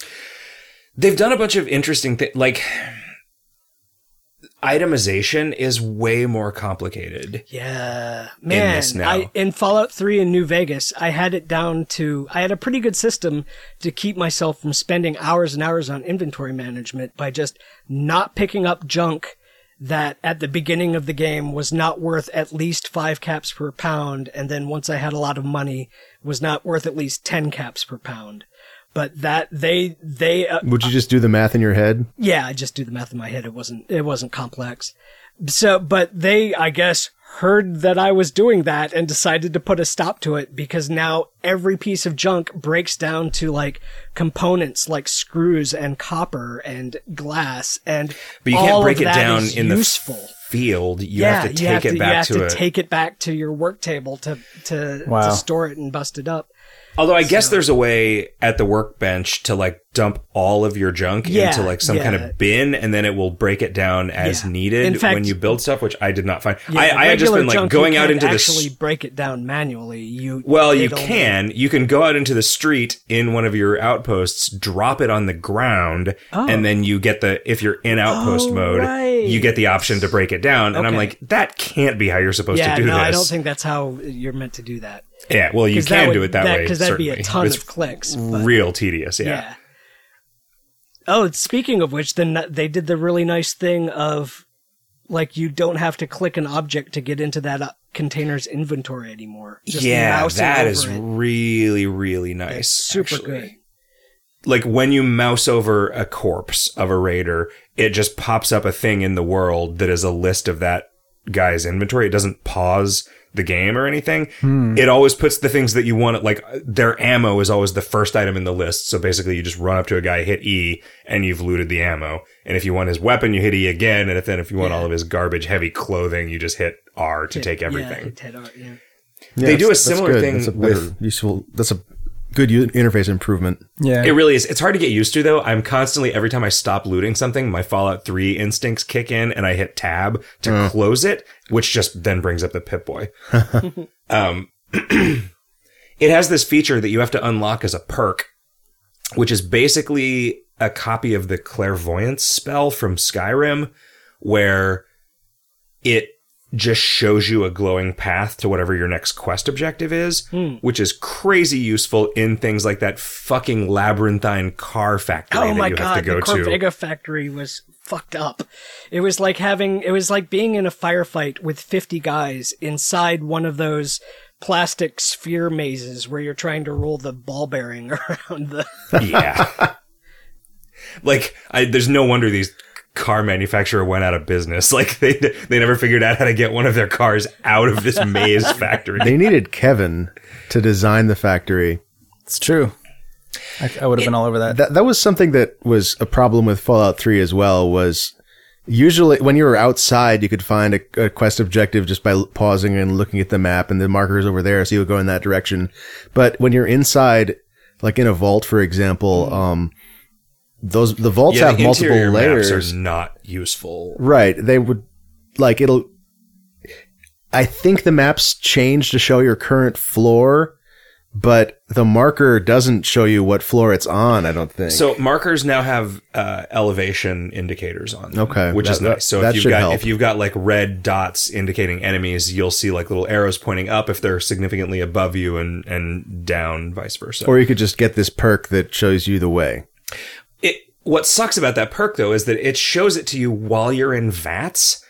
A: They've done a bunch of interesting things. Like itemization is way more complicated.
B: Yeah, man.
A: In this now.
B: I, in Fallout Three in New Vegas, I had it down to I had a pretty good system to keep myself from spending hours and hours on inventory management by just not picking up junk that at the beginning of the game was not worth at least five caps per pound, and then once I had a lot of money, was not worth at least ten caps per pound. But that they they uh,
C: Would you just do the math in your head?
B: yeah, I just do the math in my head. It wasn't it wasn't complex. So, but they, I guess, heard that I was doing that and decided to put a stop to it because now every piece of junk breaks down to like components like screws and copper and glass and
A: But you can't
B: all
A: break
B: of
A: it
B: that
A: down
B: is
A: in
B: useful.
A: the f- field. You
B: yeah,
A: have to
B: you
A: take
B: have to,
A: it
B: you
A: back
B: have
A: to,
B: to
A: a.
B: take it back to your work table to to,
D: Wow.
B: to store it and bust it up.
A: Although I guess there's a way at the workbench to like dump all of your junk
B: Yeah,
A: into like some kind
B: yeah.
A: of bin, and then it will break it down as
B: Yeah.
A: needed
B: In fact-
A: when you build stuff, which I did not find.
B: Yeah,
A: I, I had just
B: regular
A: been like
B: junk,
A: going
B: you
A: out
B: can't
A: into the
B: actually break it down manually. You
A: Well, you
B: it'll-
A: can. You can go out into the street in one of your outposts, drop it on the ground, and then you get the if you're in outpost
B: Oh,
A: mode,
B: right.
A: you get the option to break it down. And I'm
B: Okay.
A: like, that can't be how you're supposed
B: Yeah,
A: to do
B: no,
A: this.
B: I don't think that's how you're meant to do that.
A: yeah, well, you
B: 'Cause
A: can
B: would-
A: do it that, way.
B: because that'd be a
A: certainly.
B: ton
A: It's
B: of clicks. but-
A: real tedious.
B: yeah.
A: Yeah.
B: Oh, speaking of which, then that- they did the really nice thing of like you don't have to click an object to get into that uh, container's inventory anymore. Just
A: yeah,
B: mousing
A: that
B: over
A: is
B: it.
A: really, really nice.
B: super
A: actually.
B: great.
A: like when you mouse over a corpse of a raider, it just pops up a thing in the world that is a list of that guy's inventory. It doesn't pause the game or anything. It always puts the things that you want. Like their ammo is always the first item in the list. So basically, you just run up to a guy, hit E, and you've looted the ammo. And if you want his weapon, you hit E again. And if then if you want all of his garbage, heavy clothing, you just hit R to take
B: Yeah,
A: everything.
B: it's head art, yeah.
A: They
C: Yeah,
A: do a
C: that's- that's
A: similar
C: good.
A: thing
C: That's a better,
A: with-
C: useful. That's a good u- interface improvement.
D: Yeah.
A: It really is. It's hard to get used to though. I'm constantly every time I stop looting something, my Fallout 3 instincts kick in and I hit tab to close it, which just then brings up the Pip Boy. um, (clears throat) it has this feature that you have to unlock as a perk, which is basically a copy of the clairvoyance spell from Skyrim, where it just shows you a glowing path to whatever your next quest objective is,
B: Hmm.
A: which is crazy useful in things like that fucking labyrinthine car factory
B: Oh
A: that
B: my
A: you
B: god,
A: have to go
B: the
A: to.
B: Corpega factory was fucked up. It was like having it was like being in a firefight with 50 guys inside one of those plastic sphere mazes where you're trying to roll the ball bearing (laughs) around the
A: (laughs) yeah. like, I, there's no wonder these car manufacturer went out of business. (laughs) Like, they they never figured out how to get one of their cars out of this
B: (laughs)
A: maze factory. (laughs)
C: They needed Kevin to design the factory.
D: It's true. I, I would have been all over that.
C: That that was something that was a problem with Fallout Three as well. Was usually when you were outside, you could find a, a quest objective just by l- pausing and looking at the map, and the marker is over there, so you would go in that direction. But when you're inside, like in a vault, for example, um, those the vaults
A: Mm-hmm. yeah,
C: have
A: the
C: multiple
A: interior
C: layers.
A: maps are not useful.
C: Right. They would like it'll I think the maps change to show your current floor, but the marker doesn't show you what floor it's on, I don't think.
A: So markers now have uh, elevation indicators on them,
C: Okay,
A: which
C: that-
A: is
C: that-
A: nice. So
C: that
A: if you've
C: should
A: got
C: help.
A: if you've got like red dots indicating enemies, you'll see like little arrows pointing up if they're significantly above you and and down, vice versa.
C: or you could just get this perk that shows you the way.
A: it what sucks about that perk though is that it shows it to you while you're in vats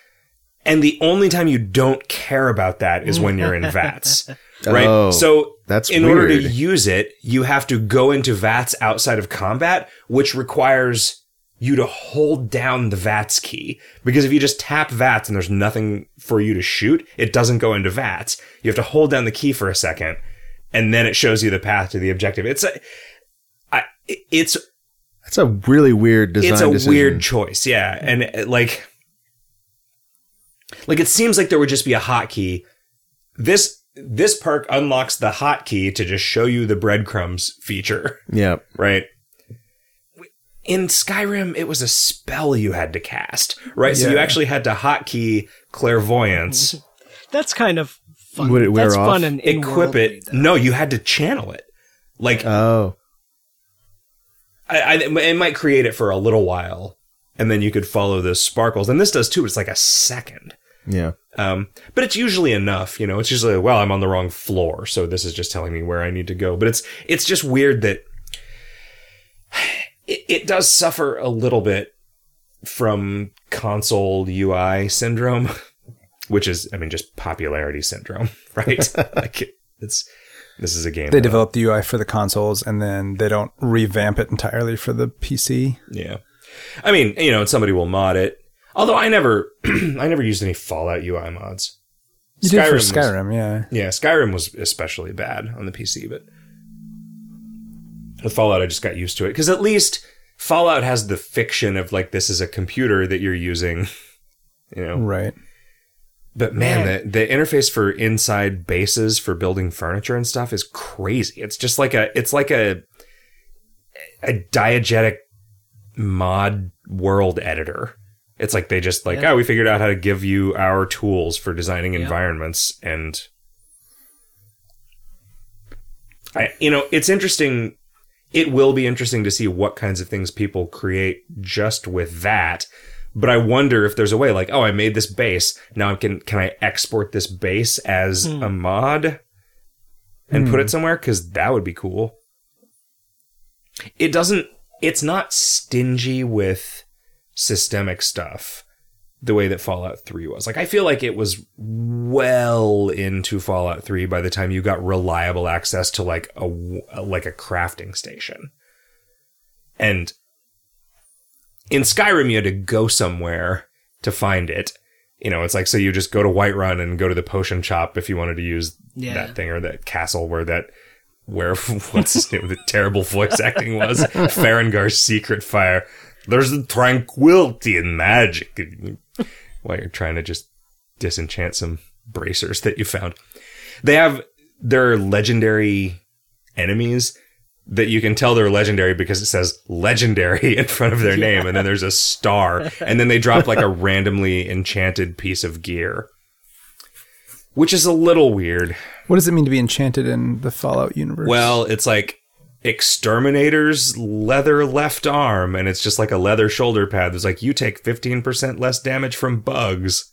A: and the only time you don't care about that is when you're in vats right
C: Oh,
A: so
C: that's
A: in order to
C: weird.
A: use it you have to go into vats outside of combat which requires you to hold down the vats key because if you just tap vats and there's nothing for you to shoot it doesn't go into vats you have to hold down the key for a second and then it shows you the path to the objective it's a I, it's
C: That's a really weird design.
A: it's a
C: decision.
A: weird choice yeah and uh, like like it seems like there would just be a hotkey this this perk unlocks the hotkey to just show you the breadcrumbs feature (laughs)
C: Yeah.
A: right in Skyrim, it was a spell you had to cast, right? So you
D: Yeah.
A: actually had to hotkey clairvoyance,
B: That's kind of fun.
C: Would it wear
B: That's
C: off?
B: fun and
A: equip
B: in-worldly,
A: it.
B: though.
A: No, you had to channel it. Like
C: Oh.
A: I, I, it might create it for a little while, and then you could follow those sparkles. And this does too. It's like a second.
C: Yeah.
A: Um, but it's usually enough, you know. It's usually well, I'm on the wrong floor, so this is just telling me where I need to go. But it's it's just weird that (sighs) it, it does suffer a little bit from console UI syndrome, (laughs) which is, I mean, just popularity syndrome, (laughs) right? like it, it's this is a game.
D: They
A: that-
D: developed the UI for the consoles and then they don't revamp it entirely for the PC.
A: Yeah. I mean, you know, somebody will mod it. Although I never (clears throat) I never used any Fallout UI mods.
D: You did for
A: was-
D: Skyrim, yeah.
A: yeah, Skyrim was especially bad on the PC, but with Fallout I just got used to it cuz at least Fallout has the fiction of like this is a computer that you're using, (laughs) you know.
D: Right.
A: But man, The, the interface for inside bases for building furniture and stuff is crazy. It's just like a it's like a a diegetic mod world editor. It's like they just like,
B: Yeah.
A: oh, we figured out how to give you our tools for designing
B: Yeah.
A: environments and I you know, it's interesting it will be interesting to see what kinds of things people create just with that. But I wonder if there's a way like, oh, I made this base. Now I can can I export this base as a mod and put it somewhere cuz that would be cool. It doesn't it's not stingy with systemic stuff the way that Fallout 3 was. Like I feel like it was well into Fallout 3 by the time you got reliable access to like a w- like a crafting station. And in Skyrim you had to go somewhere to find it. You know, it's like so you just go to Whiterun and go to the potion shop if you wanted to use
B: Yeah.
A: that thing or that castle where that where (laughs) what's his name the terrible voice acting was Ferengar's secret fire. There's a tranquility in magic while you're trying to just disenchant some bracers that you found. They have their legendary enemies that you can tell they're legendary because it says legendary (laughs) in front of their name and then there's a star and then they drop like a randomly enchanted piece of gear. Which is a little weird.
D: What does it mean to be enchanted in the Fallout universe?
A: Well, it's like exterminator's leather left arm, and it's just like a leather shoulder pad. That's like you take fifteen percent less damage from bugs.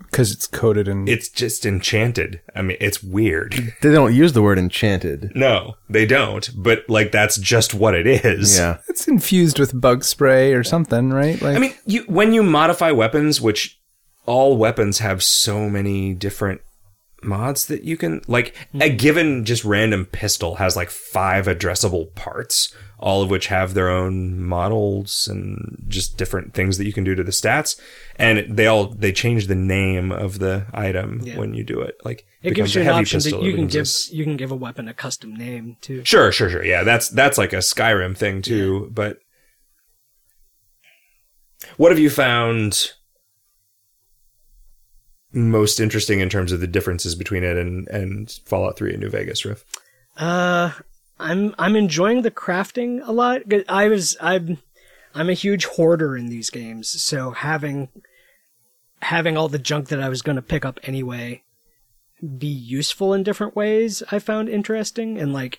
D: because it's coded in.
A: It's just enchanted. I mean, it's weird. (laughs)
C: They don't use the word enchanted.
A: No, they don't. But like, that's just what it is.
C: Yeah.
D: it's infused with bug spray or something, right? Like,
A: I mean, you when you modify weapons, which all weapons have so many different mods that you can like
B: Hmm.
A: a given just random pistol has like five addressable parts, all of which have their own models and just different things that you can do to the stats, and they all they change the name of the item
B: Yeah.
A: when you do it. Like
B: It
A: becomes
B: gives you
A: a
B: an
A: heavy
B: option that
A: pistol,
B: you
A: it
B: can
A: becomes
B: give
A: this-
B: you can give a weapon a custom name too.
A: Sure, sure, sure. Yeah, that's that's like a Skyrim thing too. But what have you found most interesting in terms of the differences between it and and Fallout Three and New Vegas, Riff?
B: Uh, I'm I'm enjoying the crafting a lot. 'Cause I was I'm I'm a huge hoarder in these games, so having having all the junk that I was going to pick up anyway be useful in different ways. I found interesting and like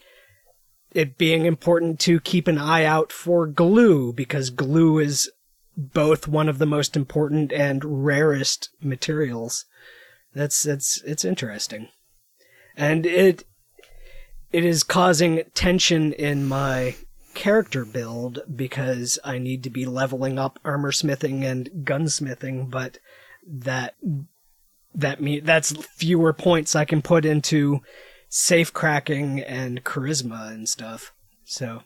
B: it being important to keep an eye out for glue because glue is both one of the most important and rarest materials. That's that's it's interesting. And it it is causing tension in my character build because I need to be leveling up armor smithing and gunsmithing, but that that me that's fewer points I can put into safe cracking and charisma and stuff. So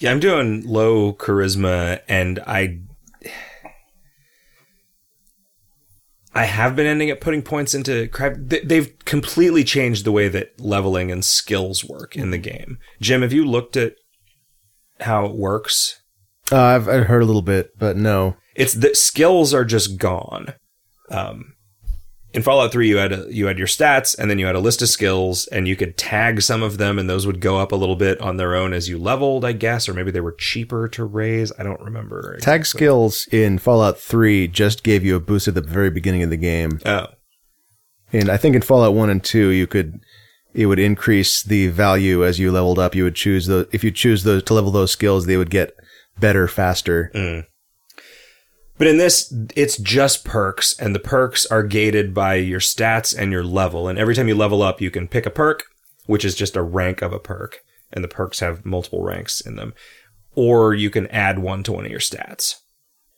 A: Yeah, I'm doing low charisma, and I I have been ending up putting points into crap. th- They've completely changed the way that leveling and skills work in the game. Jim, have you looked at how it works
C: Uh, I've, I've heard a little bit, but no.
A: it's the skills are just gone. Um, in Fallout Three, you had a, you had your stats, and then you had a list of skills, and you could tag some of them, and those would go up a little bit on their own as you leveled, I guess, or maybe they were cheaper to raise. I don't remember.
C: Tag skills in Fallout 3 just gave you a boost at the very beginning of the game.
A: Oh,
C: And I think in Fallout 1 and 2, you could it would increase the value as you leveled up. You would choose those if you choose those to level those skills, they would get better faster.
A: But in this, it's just perks, and the perks are gated by your stats and your level. And every time you level up, you can pick a perk, which is just a rank of a perk, and the perks have multiple ranks in them. Or you can add one to one of your stats,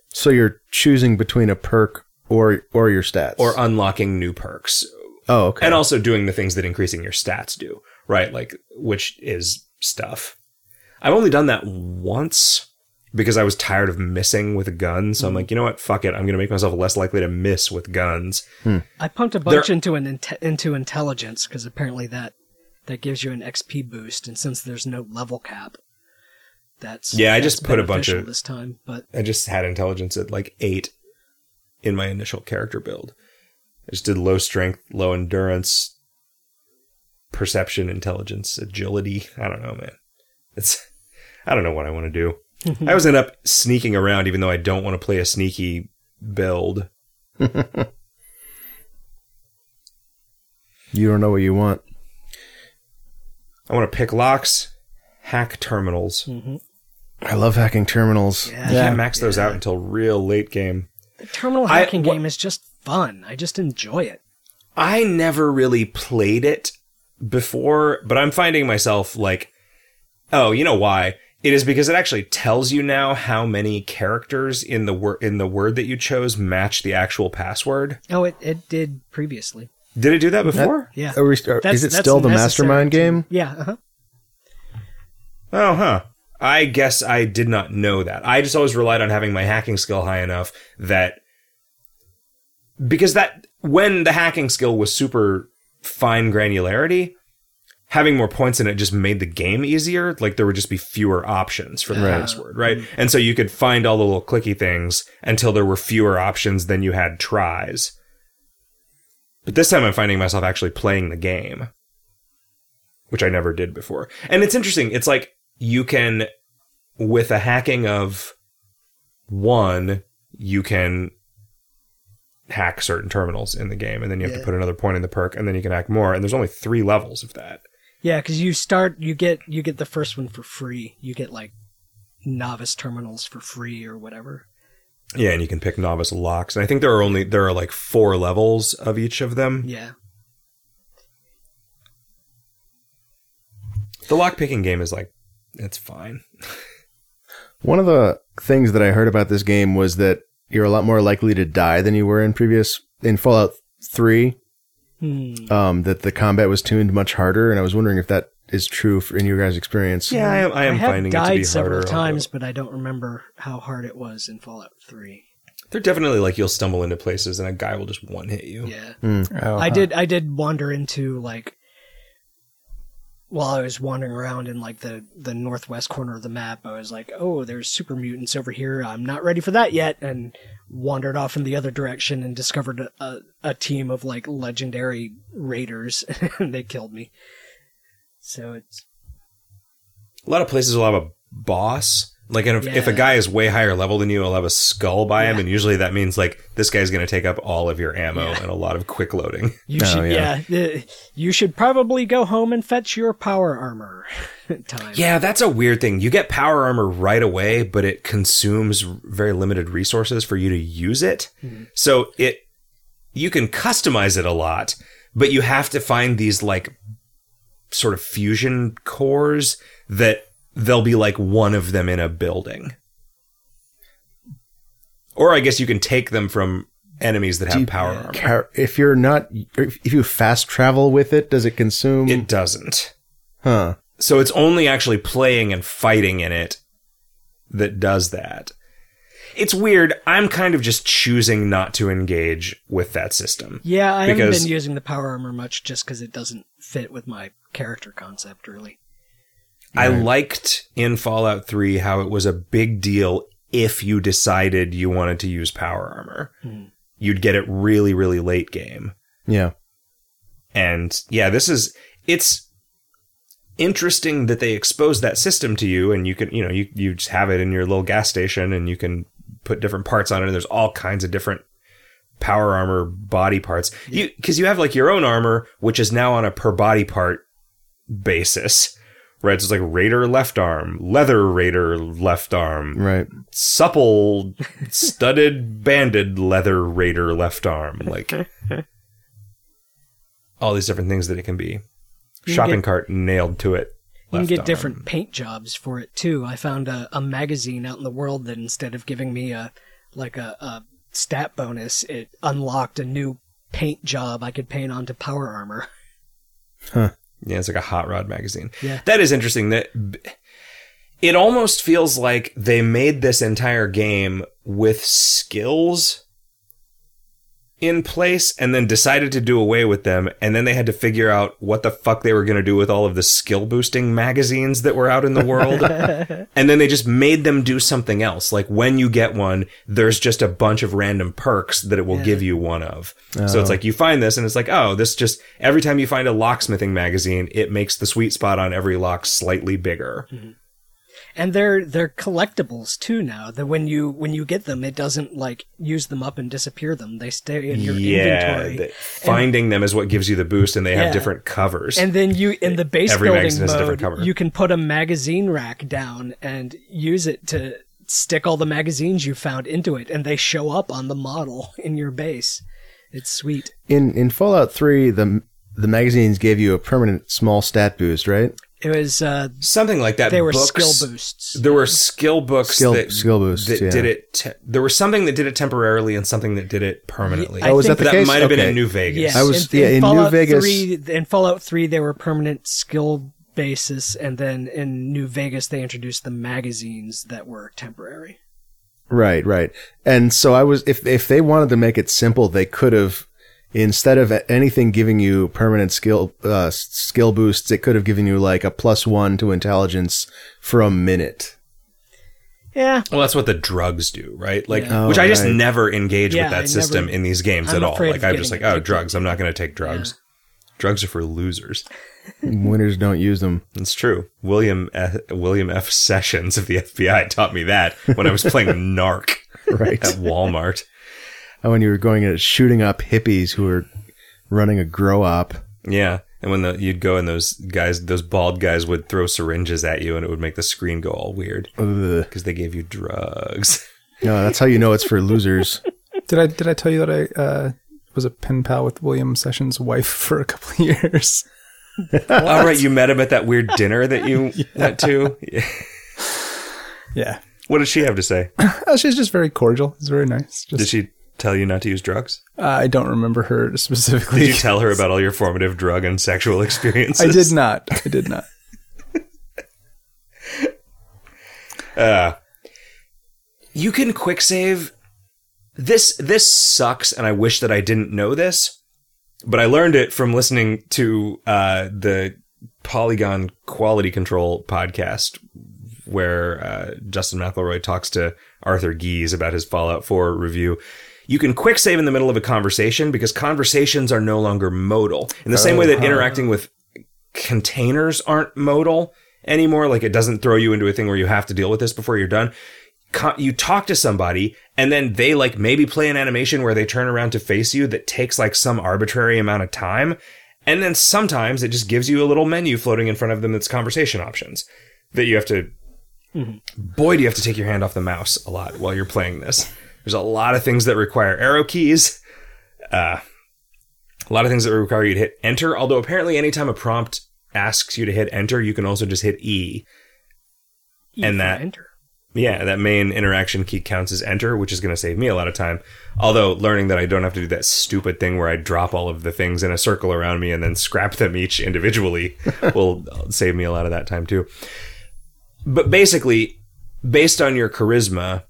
C: So you're choosing between a perk or or your stats.
A: or unlocking new perks,
C: oh, okay.
A: and uh, also doing the things that increasing your stats do, right? Like, which is stuff. I've only done that once because I was tired of missing with a gun. So I'm like, you know what? Fuck it. I'm going to make myself less likely to miss with guns.
B: I pumped a bunch
A: There-
B: into an inte- into intelligence because apparently that that gives you an XP boost, and since there's no level cap, that's
A: Yeah, I just
B: that's
A: put a bunch
B: beneficial
A: of-
B: this time, but
A: I just had intelligence at like eight. in my initial character build. I just did low strength, low endurance, perception, intelligence, agility. I don't know, man. It's I don't know what I want to do. I always end up sneaking around, even though I don't want to play a sneaky build.
C: You don't know what you want.
A: I want to pick locks, hack terminals.
C: I love hacking terminals.
A: You can't max those out until real late game.
B: The terminal
A: I-
B: hacking
A: wha-
B: game is just fun. I just enjoy it.
A: I never really played it before, but I'm finding myself like, oh, you know why? It is because it actually tells you now how many characters in the word in the word that you chose match the actual password.
B: Oh, it, it did previously.
A: Did it do that before?
B: Yeah.
C: Are we, are,
B: That's-
C: is it
B: that's
C: still the
B: necessary
C: mastermind
B: to-
C: game?
B: Yeah. Uh-huh.
A: Oh, huh. I guess I did not know that. I just always relied on having my hacking skill high enough that because that when the hacking skill was super fine granularity, having more points in it just made the game easier. Like there would just be fewer options for the
C: Right.
A: password, right? And so you could find all the little clicky things until there were fewer options than you had tries. But this time I'm finding myself actually playing the game, which I never did before. And it's interesting. It's like you can, with a hacking of one, you can hack certain terminals in the game, and then you have to
B: Yeah.
A: put another point in the perk, and then you can hack more. And there's only three levels of that.
B: Yeah, because you start, you get you get the first one for free. You get like novice terminals for free or whatever.
A: Yeah, and you can pick novice locks. And I think there are only there are like four levels of each of them.
B: Yeah.
A: The lock picking game is like it's fine.
C: One of the things that I heard about this game was that you're a lot more likely to die than you were in previous in Fallout 3.
B: Hmm.
C: Um, that the combat was tuned much harder, and I was wondering if that is true for, in your guys' experience.
A: Yeah, I am, I am
B: have
A: finding
B: died
A: it to be
B: several
A: harder.
B: times, but I don't remember how hard it was in Fallout Three.
A: although- They're definitely like you'll stumble into places and a guy will just one hit you.
B: Yeah,
D: Oh,
B: I
C: Uh-huh.
D: huh.
B: did. I did wander into like while I was wandering around in like the the northwest corner of the map. I was like, oh, there's super mutants over here. I'm not ready for that yet, and wandered off in the other direction and discovered a, a, a team of like legendary raiders, (laughs) and they killed me. So it's
A: A lot of places will have a boss. Like and if, if a
B: Yeah.
A: guy is way higher level than you, he'll have a skull by him,
B: Yeah.
A: and usually that means like this guy's going to take up all of your ammo and a lot of quick loading.
B: you
C: Oh,
B: should
C: yeah.
B: yeah, the- you should probably go home and fetch your power armor (laughs) time.
A: Yeah, that's a weird thing. You get power armor right away, but it consumes very limited resources for you to use it. So it you can customize it a lot, but you have to find these like sort of fusion cores that there'll be like one of them in a building. Or I guess you can take them from enemies that have
C: Deep
A: power armor.
C: Car- if you're not, if if you fast travel with it, does it consume?
A: It doesn't.
C: huh.
A: So it's only actually playing and fighting in it that does that. It's weird. I'm kind of just choosing not to engage with that system.
B: Yeah, I
A: Because-
B: haven't been using the power armor much just because it doesn't fit with my character concept, really.
A: I liked in Fallout 3 how it was a big deal if you decided you wanted to use power armor.
B: Hmm.
A: You'd get it really, really late game.
C: Yeah.
A: And yeah, this is it's interesting that they expose that system to you and you can, you know, you you just have it in your little gas station and you can put different parts on it and there's all kinds of different power armor body parts. You cuz you have like your own armor which is now on a per body part basis. Right, so it's like Raider left arm, leather Raider left arm,
C: Right.
A: supple, studded, banded leather raider left arm.
B: (laughs)
A: Like all these different things that it can be.
B: You can
A: Shopping
B: get-
A: cart nailed to it.
B: You can
A: left
B: get
A: arm.
B: different paint jobs for it too. I found a, a magazine out in the world that instead of giving me a like a, a stat bonus, it unlocked a new paint job I could paint onto power armor. (laughs)
A: Yeah, it's like a hot rod magazine.
B: Yeah.
A: That is interesting. That b- it almost feels like they made this entire game with skills in place and then decided to do away with them. And then they had to figure out what the fuck they were going to do with all of the skill boosting magazines that were out in the world. and then they just made them do something else. Like when you get one, there's just a bunch of random perks that it will give you one of. So
C: Oh.
A: it's like you find this and it's like, oh, this just every time you find a locksmithing magazine, it makes the sweet spot on every lock slightly bigger.
B: and they're they're collectibles too now. That when you when you get them, it doesn't like use them up and disappear them. They stay in your
A: yeah,
B: inventory.
A: that- finding them is what gives you the boost, and they
B: Yeah.
A: have different covers.
B: and then you in the base
A: Every
B: building
A: magazine has a
B: mode,
A: different cover.
B: you can put a magazine rack down and use it to stick all the magazines you found into it, and they show up on the model (laughs) in your base. It's sweet.
C: In in Fallout Three, the the magazines gave you a permanent small stat boost, right?
B: It was uh,
A: Something like that.
B: they were
A: Books-
B: skill boosts.
A: There were skill books
C: Skill-
A: that
C: skill boosts,
A: that
C: yeah.
A: did it. Te- there was something that did it temporarily, and something that did it permanently.
B: I Oh, is think- that the
A: that
C: case?
A: might have been
C: Okay.
A: in New Vegas.
B: Yeah,
C: I was- yeah, in New
B: Fallout
C: Vegas-
B: 3, in Fallout Three, they were permanent skill basis, and then in New Vegas, they introduced the magazines that were temporary.
C: Right, right. And so I was if if they wanted to make it simple, they could have instead of anything giving you permanent skill uh, s- skill boosts, it could have given you like a plus one to intelligence from minute.
B: Yeah,
A: Well, that's what the drugs do, right? Like,
B: Yeah.
C: Oh,
A: which I just
C: right.
A: never engage
B: Yeah,
A: with
B: I
A: that
B: never-
A: system in these games
B: I'm
A: at all.
B: afraid
A: Like,
B: of
A: I'm just like,
B: getting
A: oh,
B: addicted.
A: drugs. I'm not going to take drugs. Drugs are for losers.
B: Mm-hmm.
C: Winners don't use them.
A: It's true. William F, William F. Sessions of the FBI taught me that when I was (laughs) playing Narc
C: Right.
A: at Walmart.
C: oh, and you were going and shooting up hippies who were running a grow op.
A: Yeah. And when the, you'd go and those guys, those bald guys would throw syringes at you and it would make the screen go all weird
C: Ugh.
A: because they gave you drugs. (laughs)
C: No, that's how you know it's
B: (laughs)
C: for losers.
D: Did I did I tell you that I uh, was a pen pal with William Sessions' wife (laughs) for a couple of years?
A: all right. You met him at that weird dinner that (laughs) you went to. Yeah.
D: Yeah,
A: What did she have to say?
D: Uh, she's just very cordial. It's very nice. Just,
A: Did she tell you not to use drugs?
D: uh, I don't remember her (laughs) specifically.
A: Did you tell her about all your formative drug and sexual (laughs) experiences?
D: I did not. I
B: (laughs)
D: did not.
A: Uh, you can quick save. This this sucks, and I wish that I didn't know this, but I learned it from listening to uh, the Polygon Quality Control podcast, where uh, Justin McElroy talks to Arthur Gies about his Fallout 4 review. You can quick save in the middle of a conversation because conversations are no longer modal. In the same way that interacting with containers aren't modal anymore. Like it doesn't throw you into a thing where you have to deal with this before you're done. Co- You talk to somebody and then they like maybe play an animation where they turn around to face you that takes like some arbitrary amount of time. And then sometimes it just gives you a little menu floating in front of them that's conversation options that you have to. Boy, do you have to take your hand off the mouse a lot while you're playing this. There's a lot of things that require arrow keys a lot of things that require you to hit enter. Although apparently, anytime a prompt asks you to hit enter, you can also just hit E.
B: E
A: And
B: for
A: that-
B: enter.
A: Yeah, that main interaction key counts as enter, which is going to save me a lot of time. Although learning that I don't have to do that stupid thing where I drop all of the things in a circle around me and then scrap them each individually will save me a lot of that time too. But basically, based on your charisma,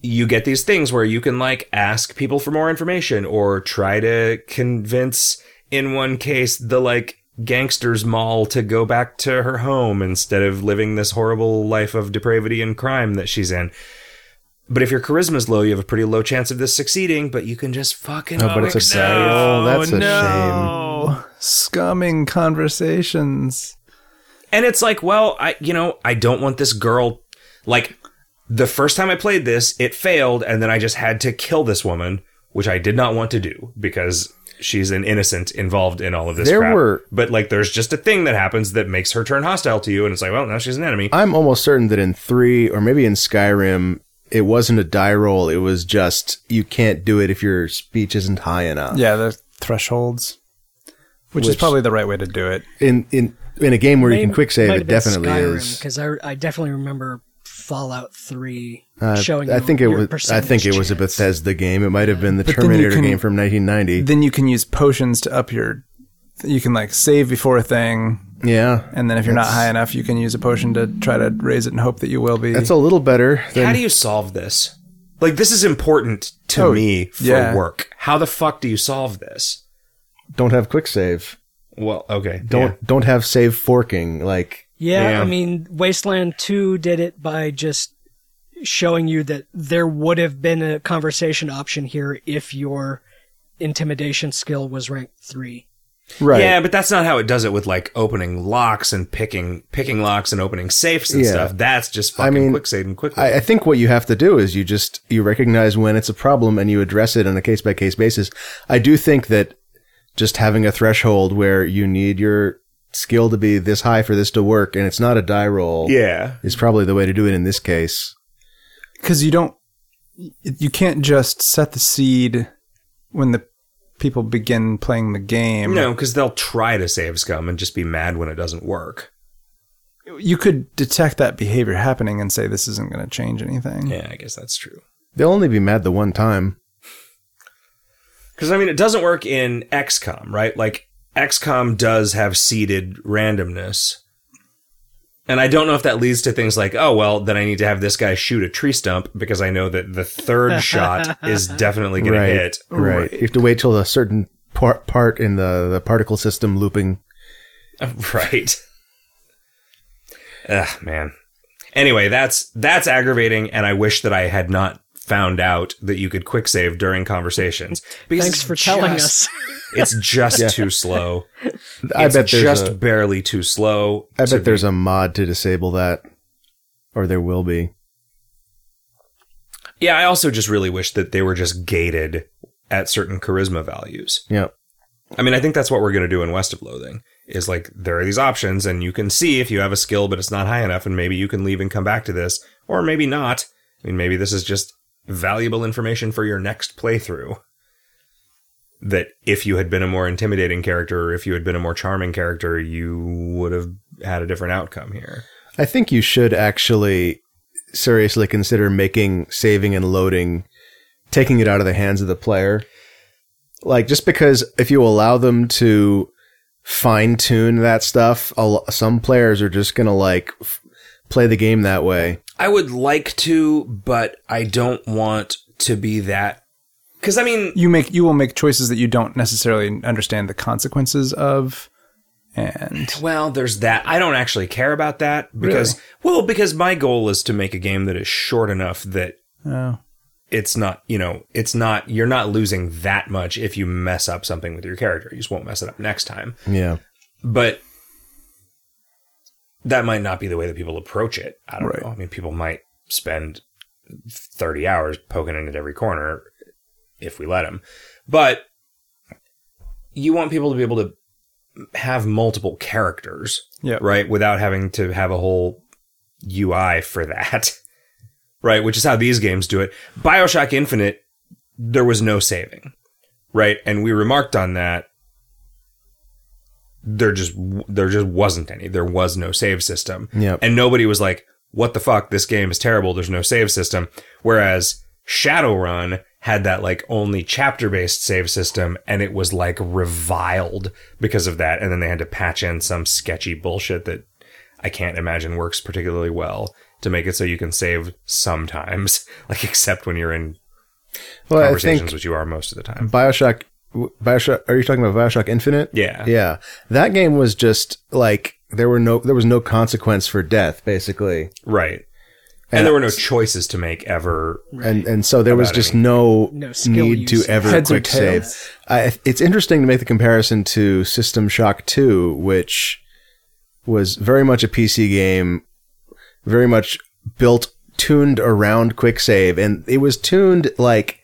A: you get these things where you can like ask people for more information or try to convince in one case the like gangsters mall to go back to her home instead of living this horrible life of depravity and crime that she's in but if your charisma is low you have a pretty low chance of this succeeding but you can just fucking
C: Oh, but it's a save. Oh, that's a shame.
D: Oh, scumming conversations.
A: and it's like well i you know i don't want this girl like the first time i played this it failed and then i just had to kill this woman which i did not want to do because she's an innocent involved in all of this
C: There
A: crap.
C: were-
A: but like there's just a thing that happens that makes her turn hostile to you and it's like well now she's an enemy
C: I'm almost certain that in three or maybe in Skyrim, it wasn't a die roll. It was just you can't do it if your speech isn't high enough.
D: Yeah, the thresholds, which, is
C: Which-
D: probably the right way to do it.
C: In in in a game where you
B: Maybe-
C: can quick save,
B: might
C: it
B: have been
C: definitely
B: Skyrim,
C: is.
B: because I, I definitely remember Fallout Three
C: Uh,
B: showing.
C: I
B: you
C: think it
B: your
C: was. I
B: percentage
C: think it was a
B: chance.
C: Bethesda game. It might have been the
D: But then you
C: Terminator
D: can-
C: game from 1990.
D: Then you can use potions to up your. You can like save before a thing,
C: yeah,
D: and then if you're not
C: That's-
D: high enough, you can use a potion to try to raise it and hope that you will be.
C: that's a little better.
A: how
C: Than,
A: do you solve this Like this is important to
D: Oh,
A: me for
D: yeah.
A: work. How the fuck do you solve this?
C: Don't have quick save.
A: Well, okay.
C: Don't don't have save forking. Like
B: Yeah,
A: Yeah.
B: I mean, Wasteland 2 did it by just showing you that there would have been a conversation option here if your intimidation skill was rank 3.
C: right.
A: Yeah, but that's not how it does it with like opening locks and picking picking locks and opening safes and
C: Yeah.
A: stuff. That's just
C: I
A: fucking
C: mean,
A: quick save and quick.
C: I, I think what you have to do is you just you recognize when it's a problem and you address it on a case by case basis. I do think that just having a threshold where you need your skill to be this high for this to work and it's not a die roll
A: yeah.
C: is probably the way to do it in this case.
D: because you don't y- you can't just set the seed when the people begin playing the game
A: No, because they'll try to save scum and just be mad when it doesn't work.
D: you could detect that behavior happening and say this isn't going to change
C: Hmm.
D: anything
A: Yeah, I guess that's true.
C: They'll only be mad the one time.
A: Because I mean, it doesn't work in XCOM, right? Like XCOM does have seeded randomness, and I don't know if that leads to things like, oh well, then I need to have this guy shoot a tree stump because I know that the
C: (laughs)
A: third shot is definitely going
C: Right.
A: to hit.
C: Right. You have to wait till a certain part part in the, the particle system looping.
A: (laughs) Right. Ugh, man. Anyway, that's that's aggravating, and I wish that I had not found out that you could quick save during conversations. Because
B: Thanks
A: it's
B: for telling
A: just-
B: us. (laughs)
A: It's just too slow.
C: (laughs) I
A: It's
C: bet there's
A: just
C: a,
A: barely too slow.
C: I
A: to
C: bet there's a mod to disable that. Or there will be.
A: be- Yeah, I also just really wish that they were just gated at certain charisma values.
C: Yeah.
A: I mean, I think that's what we're going to do in West of Loathing is like there are these options and you can see if you have a skill but it's not high enough and maybe you can leave and come back to this or maybe not. I mean, maybe this is just valuable information for your next playthrough. That if you had been a more intimidating character or if you had been a more charming character, you would have had a different outcome here.
C: I think you should actually seriously consider making saving and loading, taking it out of the hands of the player. Like, just because if you allow them to fine tune that stuff, a lo- some players are just going to like f- play the game that way.
A: I would like to, but I don't want to be that. Because I mean,
D: you make you will make choices that you don't necessarily understand the consequences of and
A: well, there's that. I don't actually care about that because, well, because my goal is to make a game that is short enough that
D: oh,
A: it's not, you know, it's not, you're not losing that much if you mess up something with your character. You just won't mess it up next time.
C: Yeah.
A: But that might not be the way that people approach it. I don't
D: Right.
A: know. I mean, people might spend 30 hours poking in at every corner if we let them. But you want people to be able to have multiple characters,
D: yeah
A: right? Without having to have a whole UI for that, (laughs) right? Which is how these games do it. Bioshock Infinite, there was no saving, right? And we remarked on that. There just there just wasn't any. There was no save system.
C: Yeah.
A: And nobody was like, what the fuck? This game is terrible. There's no save system. Whereas Shadowrun had that like only chapter based save system and it was like reviled because of that. And then they had to patch in some sketchy bullshit that I can't imagine works particularly well to make it so you can save sometimes, (laughs) like except when you're in
C: Well, I
A: conversations,
C: think
A: which you are most of the time.
C: Bioshock, Bioshock, are you talking about Bioshock Infinite?
A: Yeah.
C: Yeah. That game was just like, there were no, there was no consequence for death, basically.
A: Right. And, there were no choices to make ever.
C: and and so there was
A: about
C: just no,
B: No skill
C: need to
B: use.
C: ever
D: Heads or
C: quick save.
D: tails.
C: I, it's interesting to make the comparison to System Shock Two, which was very much a PC game, very much built tuned around quick save, and it was tuned like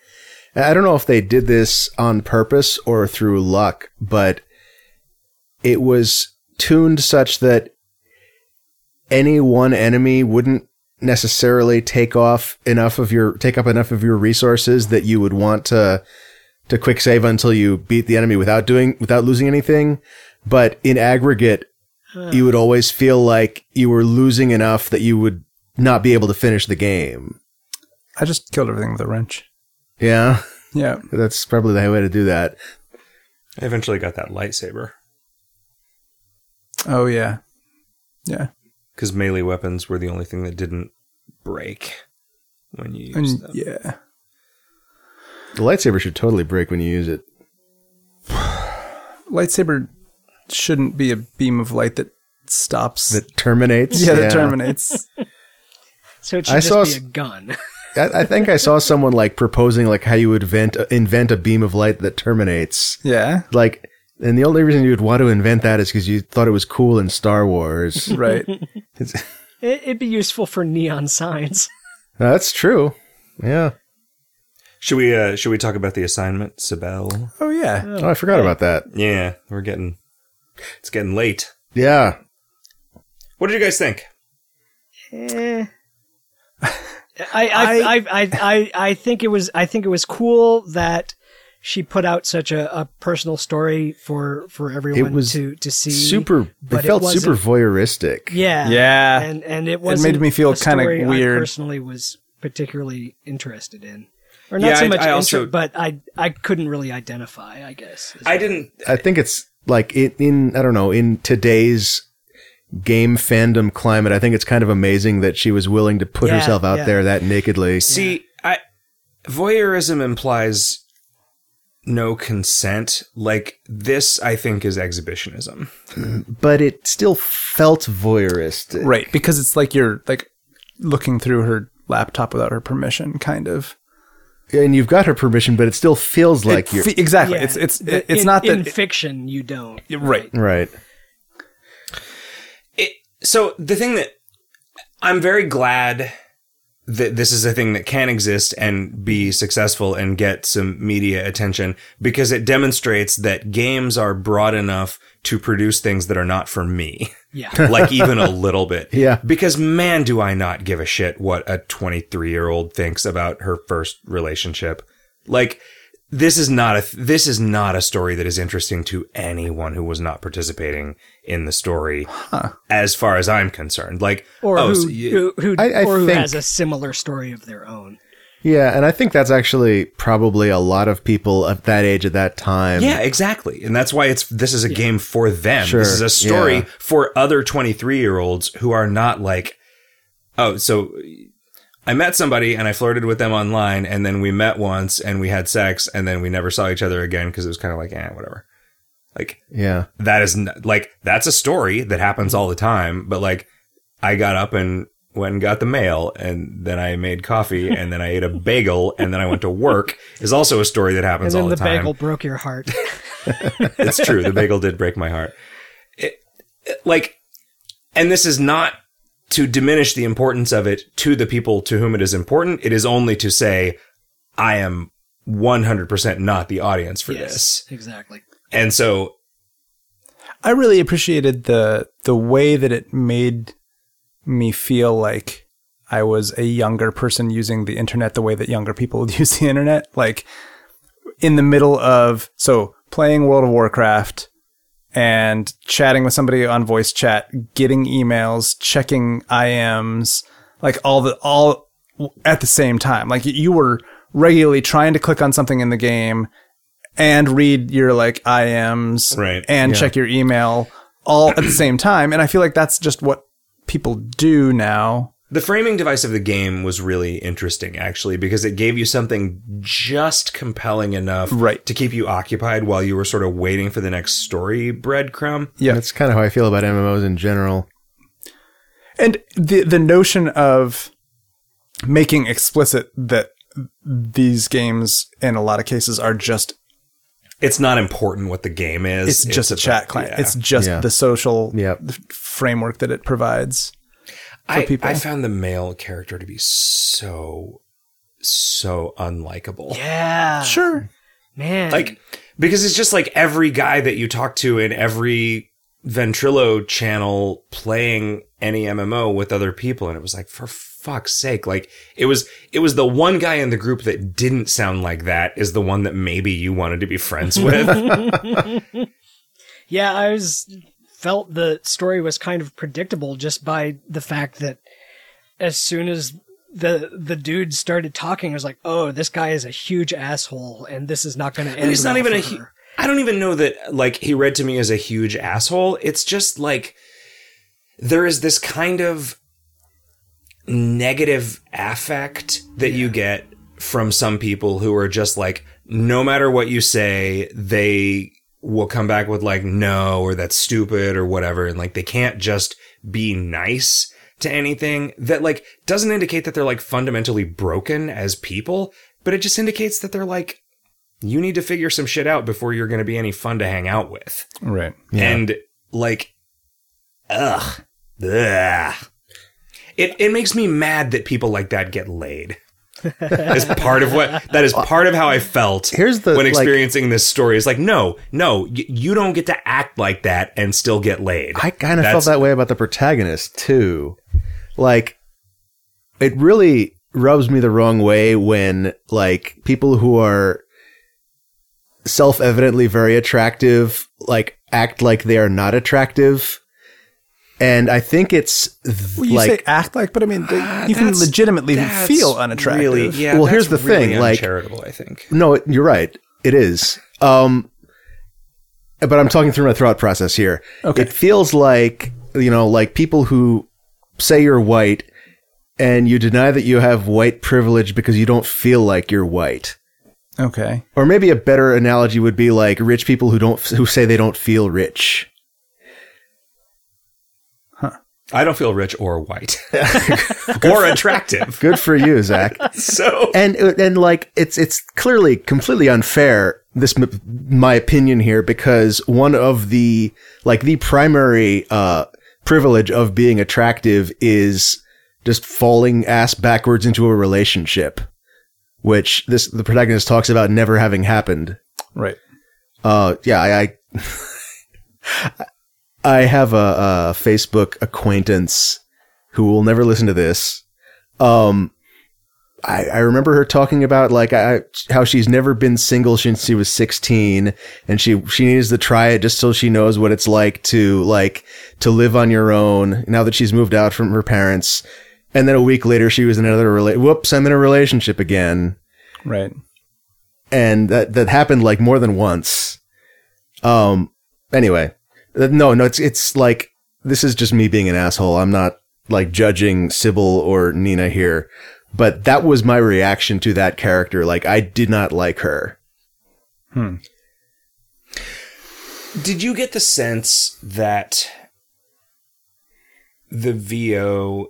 C: I don't know if they did this on purpose or through luck, but it was tuned such that any one enemy wouldn't necessarily take off enough of your take up enough of your resources that you would want to to quick save until you beat the enemy without doing without losing anything but in aggregate
B: Uh,
C: you would always feel like you were losing enough that you would not be able to finish the game
D: i just killed everything with a wrench
C: yeah
D: yeah
C: that's probably the way to do that
A: I eventually got that lightsaber
D: oh yeah yeah
A: because melee weapons were the only thing that didn't break when you used
D: and
A: them.
D: yeah
C: The lightsaber should totally break when you use it.
D: Lightsaber shouldn't be a beam of light that stops.
C: That terminates.
D: (laughs) yeah,
C: (laughs)
D: that terminates.
B: So it should
C: I
B: just
C: saw
B: be
C: s-
B: a gun. (laughs)
C: I, I think I saw someone like proposing like how you would invent invent a beam of light that terminates.
D: Yeah.
C: Like, and the only reason you would want to invent that is because you thought it was cool in Star Wars.
D: (laughs)
C: No,
D: Right.
B: it, it'd be useful for neon signs.
C: that's true. Yeah.
A: Should we uh should we talk about the assignment, Sibel?
D: Oh yeah.
C: Oh, I forgot about that.
A: Yeah, we're getting it's getting late.
C: Yeah.
A: What did you guys think?
B: Eh. (laughs) I, I, I, I, I, I think it was I think it was cool that she put out such a, a personal story for for everyone
C: was
B: to to see.
C: Super.
B: but
C: It
B: it
C: felt
B: wasn't-
C: super voyeuristic.
B: yeah,
D: Yeah.
B: and and it was
D: made me feel kinda weird.
B: I personally, was particularly interested in, or not
A: Yeah,
B: so
A: I-
B: much
A: I also-
B: inter- but I I couldn't really identify. I guess
A: I didn't
C: I think it's like in, in I don't know in today's game fandom climate. I think it's kind of amazing that she was willing to put
B: Yeah,
C: herself out
B: yeah.
C: there that nakedly.
A: See, I voyeurism implies no consent. Like this, I think is exhibitionism.
C: But it still felt voyeuristic.
D: Right. Because it's like you're like looking through her laptop without her permission, kind of.
C: And you've got her permission, but it still feels like
D: It
C: you're
D: fe- exactly.
B: Yeah,
D: It's it's
B: but
D: it's
B: in-
D: not that
B: in fiction you don't
D: right.
C: right.
A: It, so the thing that I'm very glad that this is a thing that can exist and be successful and get some media attention because it demonstrates that games are broad enough to produce things that are not for me. (laughs)
B: yeah
A: like even a little bit.
B: (laughs)
C: Yeah.
A: Because man, do I not give a shit what a 23 year old thinks about her first relationship. Like this is not a this is not a story that is interesting to anyone who was not participating in the story, as far as I'm concerned. Like
B: or
A: oh,
B: who,
A: so you-
B: who, who,
C: I- I
B: or who
C: think-
B: has a similar story of their own.
C: Yeah, and I think that's actually probably a lot of people at that age at that time.
A: yeah, exactly, and that's why it's this is a game for them.
C: Sure,
A: This is a story
C: yeah.
A: for other twenty three year olds who are not like, oh, so I met somebody and I flirted with them online, and then we met once and we had sex, and then we never saw each other again because it was kind of like, eh, whatever. Like
C: Yeah.
A: that is n- like that's a story that happens all the time, but like I got up and went and got the mail, and then I made coffee, and then I ate a bagel, and then I went to work is also a story that
B: And
A: happens
B: then
A: all
B: the
A: the time
B: bagel broke
A: (laughs)
B: your heart.
A: it's true. The bagel did break my heart. It, it- like, and this is not to diminish the importance of it to the people to whom it is important. It is only to say, I am 100% not the audience for this.
B: exactly.
A: And so,
D: I really appreciated the the way that it made me feel like I was a younger person using the internet the way that younger people (laughs) would use the internet. Like in the middle of so playing World of Warcraft and chatting with somebody on voice chat, getting emails, checking IMs, like all the all at the same time. Like you were regularly trying to click on something in the game and read your like IMs
A: Right.
D: and check your email all at the same time. And I feel like that's just what people do now.
A: the framing device of the game was really interesting, actually, because it gave you something just compelling enough
D: Right.
A: to keep you occupied while you were sort of waiting for the next story breadcrumb.
D: Yeah.
C: That's kind of how I feel about MMOs in general.
D: And the the notion of making explicit that these games in a lot of cases are just
A: It's not important what the game is.
D: it's, just a
A: about-
D: chat client.
A: yeah.
D: It's just
C: Yeah.
D: the social
C: Yeah.
D: f- framework that it provides.
A: I,
D: people.
A: I found the male character to be so, so unlikable. Ah.
B: Yeah.
D: Sure.
B: Man.
A: Like, because it's just like every guy that you talk to in every Ventrilo channel playing any MMO with other people. And it was like, for fuck's sake. Like, it was, it was the one guy in the group that didn't sound like that is the one that maybe you wanted to be friends with.
B: yeah, I was felt the story was kind of predictable just by the fact that as soon as the the dude started talking, I was like, oh, this guy is a huge asshole, and this is not going to end.
A: and he's not
B: well
A: even a,
B: for
A: hu-
B: her.
A: I don't even know that like he read to me as a huge asshole. It's just like there is this kind of negative affect that you get from some people who are just like, no matter what you say, they will come back with like, no, or that's stupid or whatever. And like, they can't just be nice to anything that like doesn't indicate that they're like fundamentally broken as people, but it just indicates that they're like, you need to figure some shit out before you're going to be any fun to hang out with.
D: Right.
A: And like, ugh, ugh. It, it makes me mad that people like that get
C: (laughs)
A: laid. As part of what that is part of how I felt
C: Here's the,
A: when
C: like-
A: experiencing this story. It's like, no, no, y- you don't get to act like that and still get laid.
C: I kind of
A: That's-
C: felt that way about the protagonist too. Like, it really rubs me the wrong way when like people who are self-evidently very attractive like act like they are not attractive. And I think it's th-
D: Well, you
C: like
D: say act like, but I mean, they, you can
A: that's-
D: legitimately
A: That's
D: feel unattractive.
A: Really, yeah,
C: Well, here's
A: that's
C: the thing,
A: really
C: like-
A: uncharitable, I think.
C: No, it- you're right. It is. Um, but I'm talking through my thought process here.
D: Okay.
C: It feels like, you know, like people who say you're white and you deny that you have white privilege because you don't feel like you're white.
D: Okay.
C: Or maybe a better analogy would be like rich people who don't who say they don't feel rich.
A: I don't feel rich or
C: (laughs)
A: white (laughs) or attractive.
C: Good for you, Zach.
A: So
C: (laughs) and uh, and like it's it's clearly completely unfair this m- my opinion here because one of the like the primary uh privilege of being attractive is just falling ass backwards into a relationship which this the protagonist talks about never having happened
D: Right.
C: uh yeah i i, I (laughs) have a, a facebook acquaintance who will never listen to this um I, I remember her talking about like I, how she's never been single since she was 16 and she she needs to try it just so she knows what it's like to like to live on your own now that she's moved out from her parents and then a week later she was in another rela- whoops I'm in a relationship again
D: Right.
C: and that that happened like more than once. Um. Anyway, Uh, no, no, it's it's like this is just me being an asshole. I'm not like judging Sybil or Nina here, but that was my reaction to that character. Like I did not like her.
A: Did you get the sense that the VO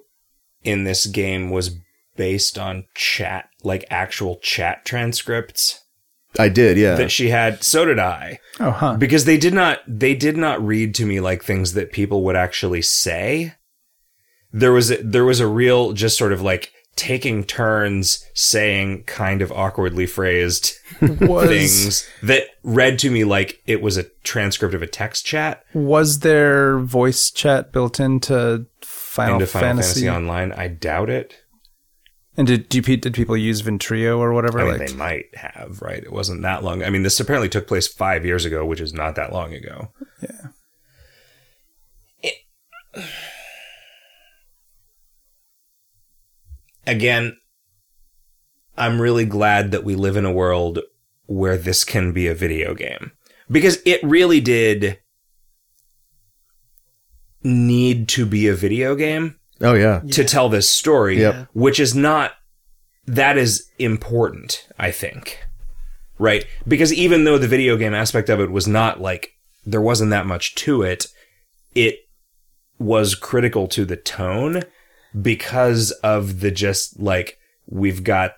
A: in this game was based on chat, like actual chat transcripts
C: I did, yeah.
A: that she had? So did I. (laughs)
D: Oh, huh.
A: Because they did not they did not read to me like things that people would actually say. There was a, there was a real just sort of like taking turns saying kind of awkwardly phrased
D: Was
A: things that read to me like it was a transcript of a text chat.
D: was there voice chat built into Final,
A: into Final Fantasy.
D: Fantasy?
A: Online. I doubt it.
D: And did do you- did people use Ventrio or whatever?
A: I mean,
D: like,
A: they might have, right? It wasn't that long. I mean, this apparently took place five years ago, which is not that long ago.
D: Yeah.
A: It- Again, I'm really glad that we live in a world where this can be a video game because it really did need to be a video game
C: oh yeah.
A: to tell this story,
C: Yep.
A: which is not that is important, I think. Right? Because even though the video game aspect of it was not like there wasn't that much to it, it was critical to the tone because of the just like we've got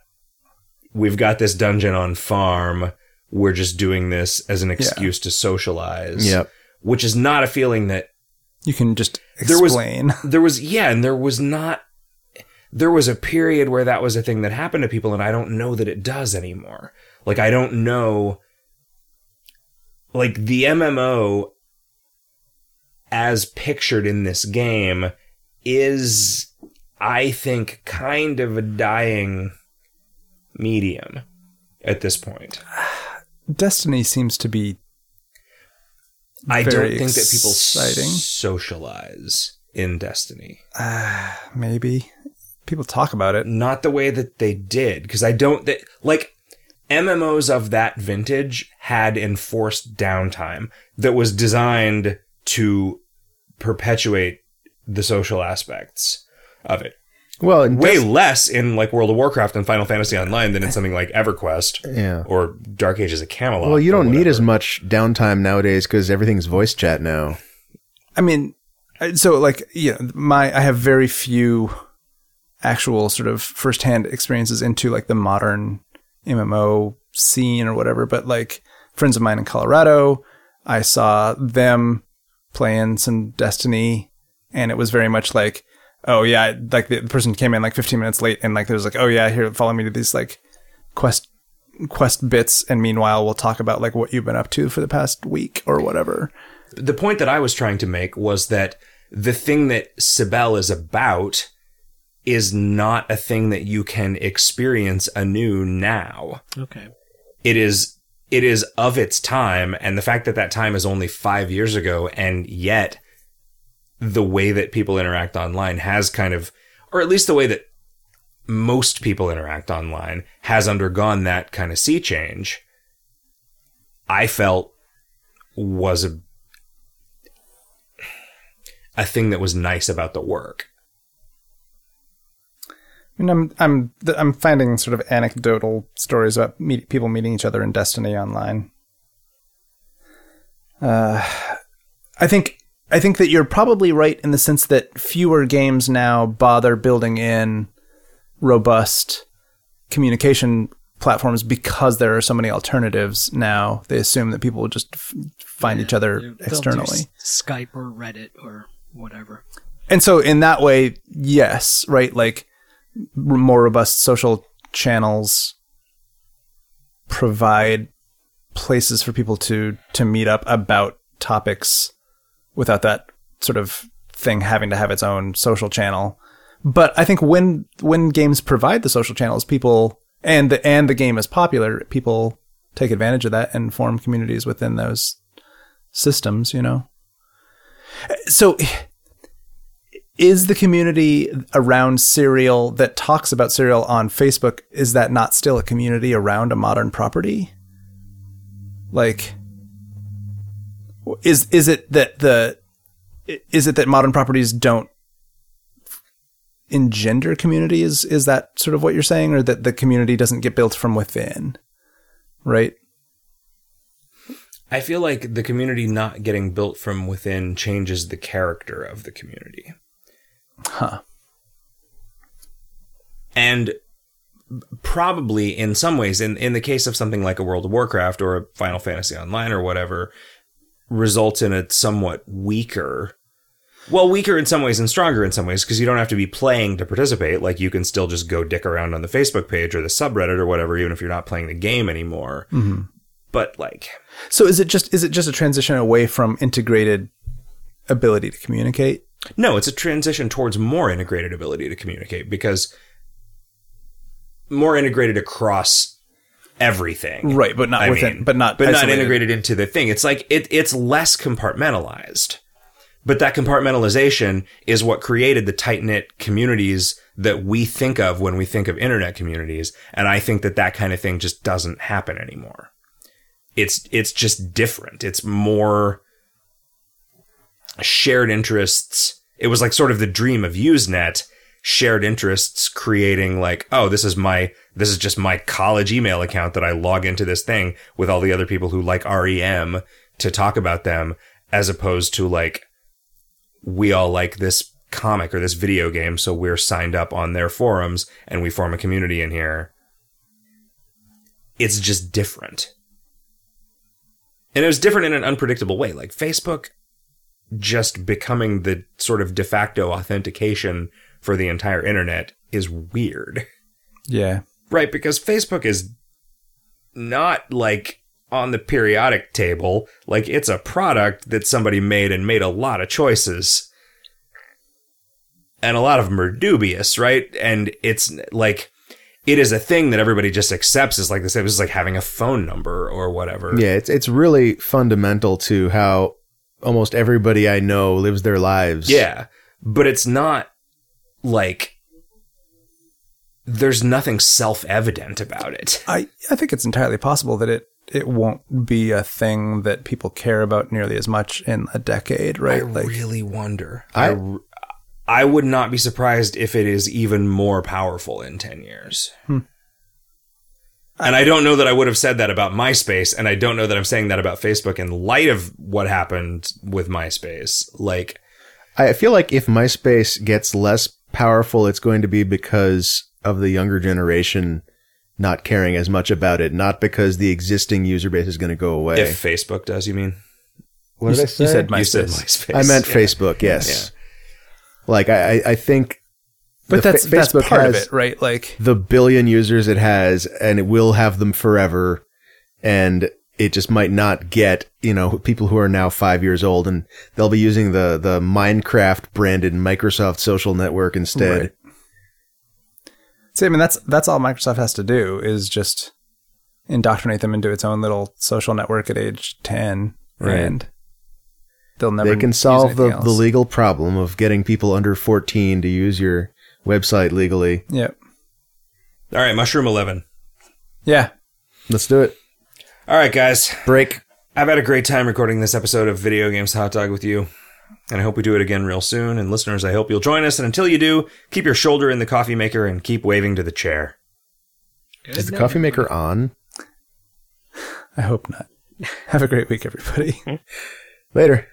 A: we've got this dungeon on farm, we're just doing this as an excuse to socialize.
C: Yep.
A: Which is not a feeling that
D: you can just
A: There was-
D: explain. (laughs)
A: there was yeah and there was not there was a period where that was a thing that happened to people and i don't know that it does anymore like i don't know like the mmo as pictured in this game is i think kind of a dying medium at this point
D: Destiny seems to be
A: i don't
D: Very
A: think that people
D: exciting.
A: socialize in destiny
D: uh, maybe people talk about it.
A: not the way that they did because I don't that like MMOs of that vintage had enforced downtime that was designed to perpetuate the social aspects of it.
C: Well, and
A: way
C: Des-
A: less in like World of Warcraft and Final Fantasy Online than in something like EverQuest
C: Yeah.
A: or Dark Ages of Camelot.
C: well, you
A: or
C: don't need
A: whatever.
C: as much downtime nowadays because everything's voice chat now.
D: I mean, uh, so like yeah, my I have very few actual sort of firsthand experiences into like the modern MMO scene or whatever. But like friends of mine in Colorado, I saw them playing some Destiny, and it was very much like, oh yeah, like the person came in like 15 minutes late, and like there was like, oh yeah, here follow me to these like quest quest bits and meanwhile we'll talk about like what you've been up to for the past week or whatever
A: the point that I was trying to make was that the thing that Sibel is about is not a thing that you can experience anew now.
B: Okay.
A: It is it is of its time, and the fact that that time is only five years ago, and yet the way that people interact online has kind of, or at least the way that most people interact online has undergone that kind of sea change. I felt was a a thing that was nice about the work.
D: I mean, I'm I'm th- I'm finding sort of anecdotal stories about meet, people meeting each other in Destiny online. Uh, I think I think that you're probably right in the sense that fewer games now bother building in robust communication platforms because there are so many alternatives now. They assume that people will just f- find each other
B: They'll do
D: externally.
B: s- Skype or Reddit or whatever.
D: And so in that way, yes, right? Like r- more robust social channels provide places for people to to meet up about topics without that sort of thing having to have its own social channel. But I think when when games provide the social channels, people and the and the game is popular, people take advantage of that and form communities within those systems, you know. So is the community around serial that talks about serial on Facebook is that not still a community around a modern property? Like is is it that the is it that modern properties don't engender community is is that sort of what you're saying or that the community doesn't get built from within? Right?
A: I feel like the community not getting built from within changes the character of the community.
D: Huh.
A: And probably in some ways, in, in the case of something like a World of Warcraft or a Final Fantasy Online or whatever, results in a somewhat weaker, well, weaker in some ways and stronger in some ways, because you don't have to be playing to participate. Like you can still just go dick around on the Facebook page or the subreddit or whatever, even if you're not playing the game anymore. But like,
D: So is it just is it just a transition away from integrated ability to communicate?
A: No, it's a transition towards more integrated ability to communicate because more integrated across everything.
D: Right, but not
A: I
D: within,
A: mean,
D: but not
A: but not
D: isolated.
A: integrated into the thing. It's like it it's less compartmentalized. But that compartmentalization is what created the tight knit communities that we think of when we think of internet communities. And I think that that kind of thing just doesn't happen anymore. It's, it's just different. It's more shared interests. It was like sort of the dream of Usenet shared interests creating like, oh, this is my, this is just my college email account that I log into this thing with all the other people who like REM to talk about them as opposed to like, we all like this comic or this video game. So we're signed up on their forums and we form a community in here. It's just different. And it was different in an unpredictable way. Like Facebook just becoming the sort of de facto authentication for the entire internet is weird. (laughs)
D: Yeah.
A: Right, because Facebook is not like on the periodic table. Like it's a product that somebody made and made a lot of choices. And a lot of them are dubious, right? And it's like it is a thing that everybody just accepts as like this. It was like having a phone number or whatever.
C: Yeah, it's it's really fundamental to how almost everybody I know lives their lives.
A: Yeah. But it's not like there's nothing self evident about it.
D: I I think it's entirely possible that it it won't be a thing that people care about nearly as much in a decade, right?
A: I really wonder.
C: I-
A: I, r- I would not be surprised if it is even more powerful in 10 years. And Hmm. I don't know that I would have said that about MySpace, and I don't know that I'm saying that about Facebook in light of what happened with MySpace. Like,
C: I feel like if MySpace gets less powerful, it's going to be because of the younger generation not caring as much about it, not because the existing user base is going to go away.
A: if Facebook does, you mean?
C: what
D: you, s- you said MySpace.
A: You said MySpace.
C: I meant
A: Yeah.
C: Facebook. Yes. Like I, I- I think the
D: but that's
C: Fa-
D: that's
C: Facebook
D: part
C: has-
D: of it, right? Like
C: the billion users it has, and it will have them forever, and it just might not get you know people who are now five years old, and they'll be using the the Minecraft branded Microsoft social network instead.
D: Right. See, I mean, that's that's all Microsoft has to do is just indoctrinate them into its own little social network at age ten,
A: Right.
D: and they'll never.
C: They can
D: use
C: solve
D: anything
C: the, the
D: else.
C: legal problem of getting people under fourteen to use your website legally.
D: Yeah,
A: All right, Mushroom 11.
D: yeah.
C: Let's do it.
A: All right, guys.
C: Break.
A: I've had a great time recording this episode of Video Games Hot Dog with you, and I hope we do it again real soon. And listeners, I hope you'll join us. And until you do, keep your shoulder in the coffee maker and keep waving to the chair.
C: Is the coffee maker on?
D: (laughs) I hope not. Have a great week, everybody.
C: Later.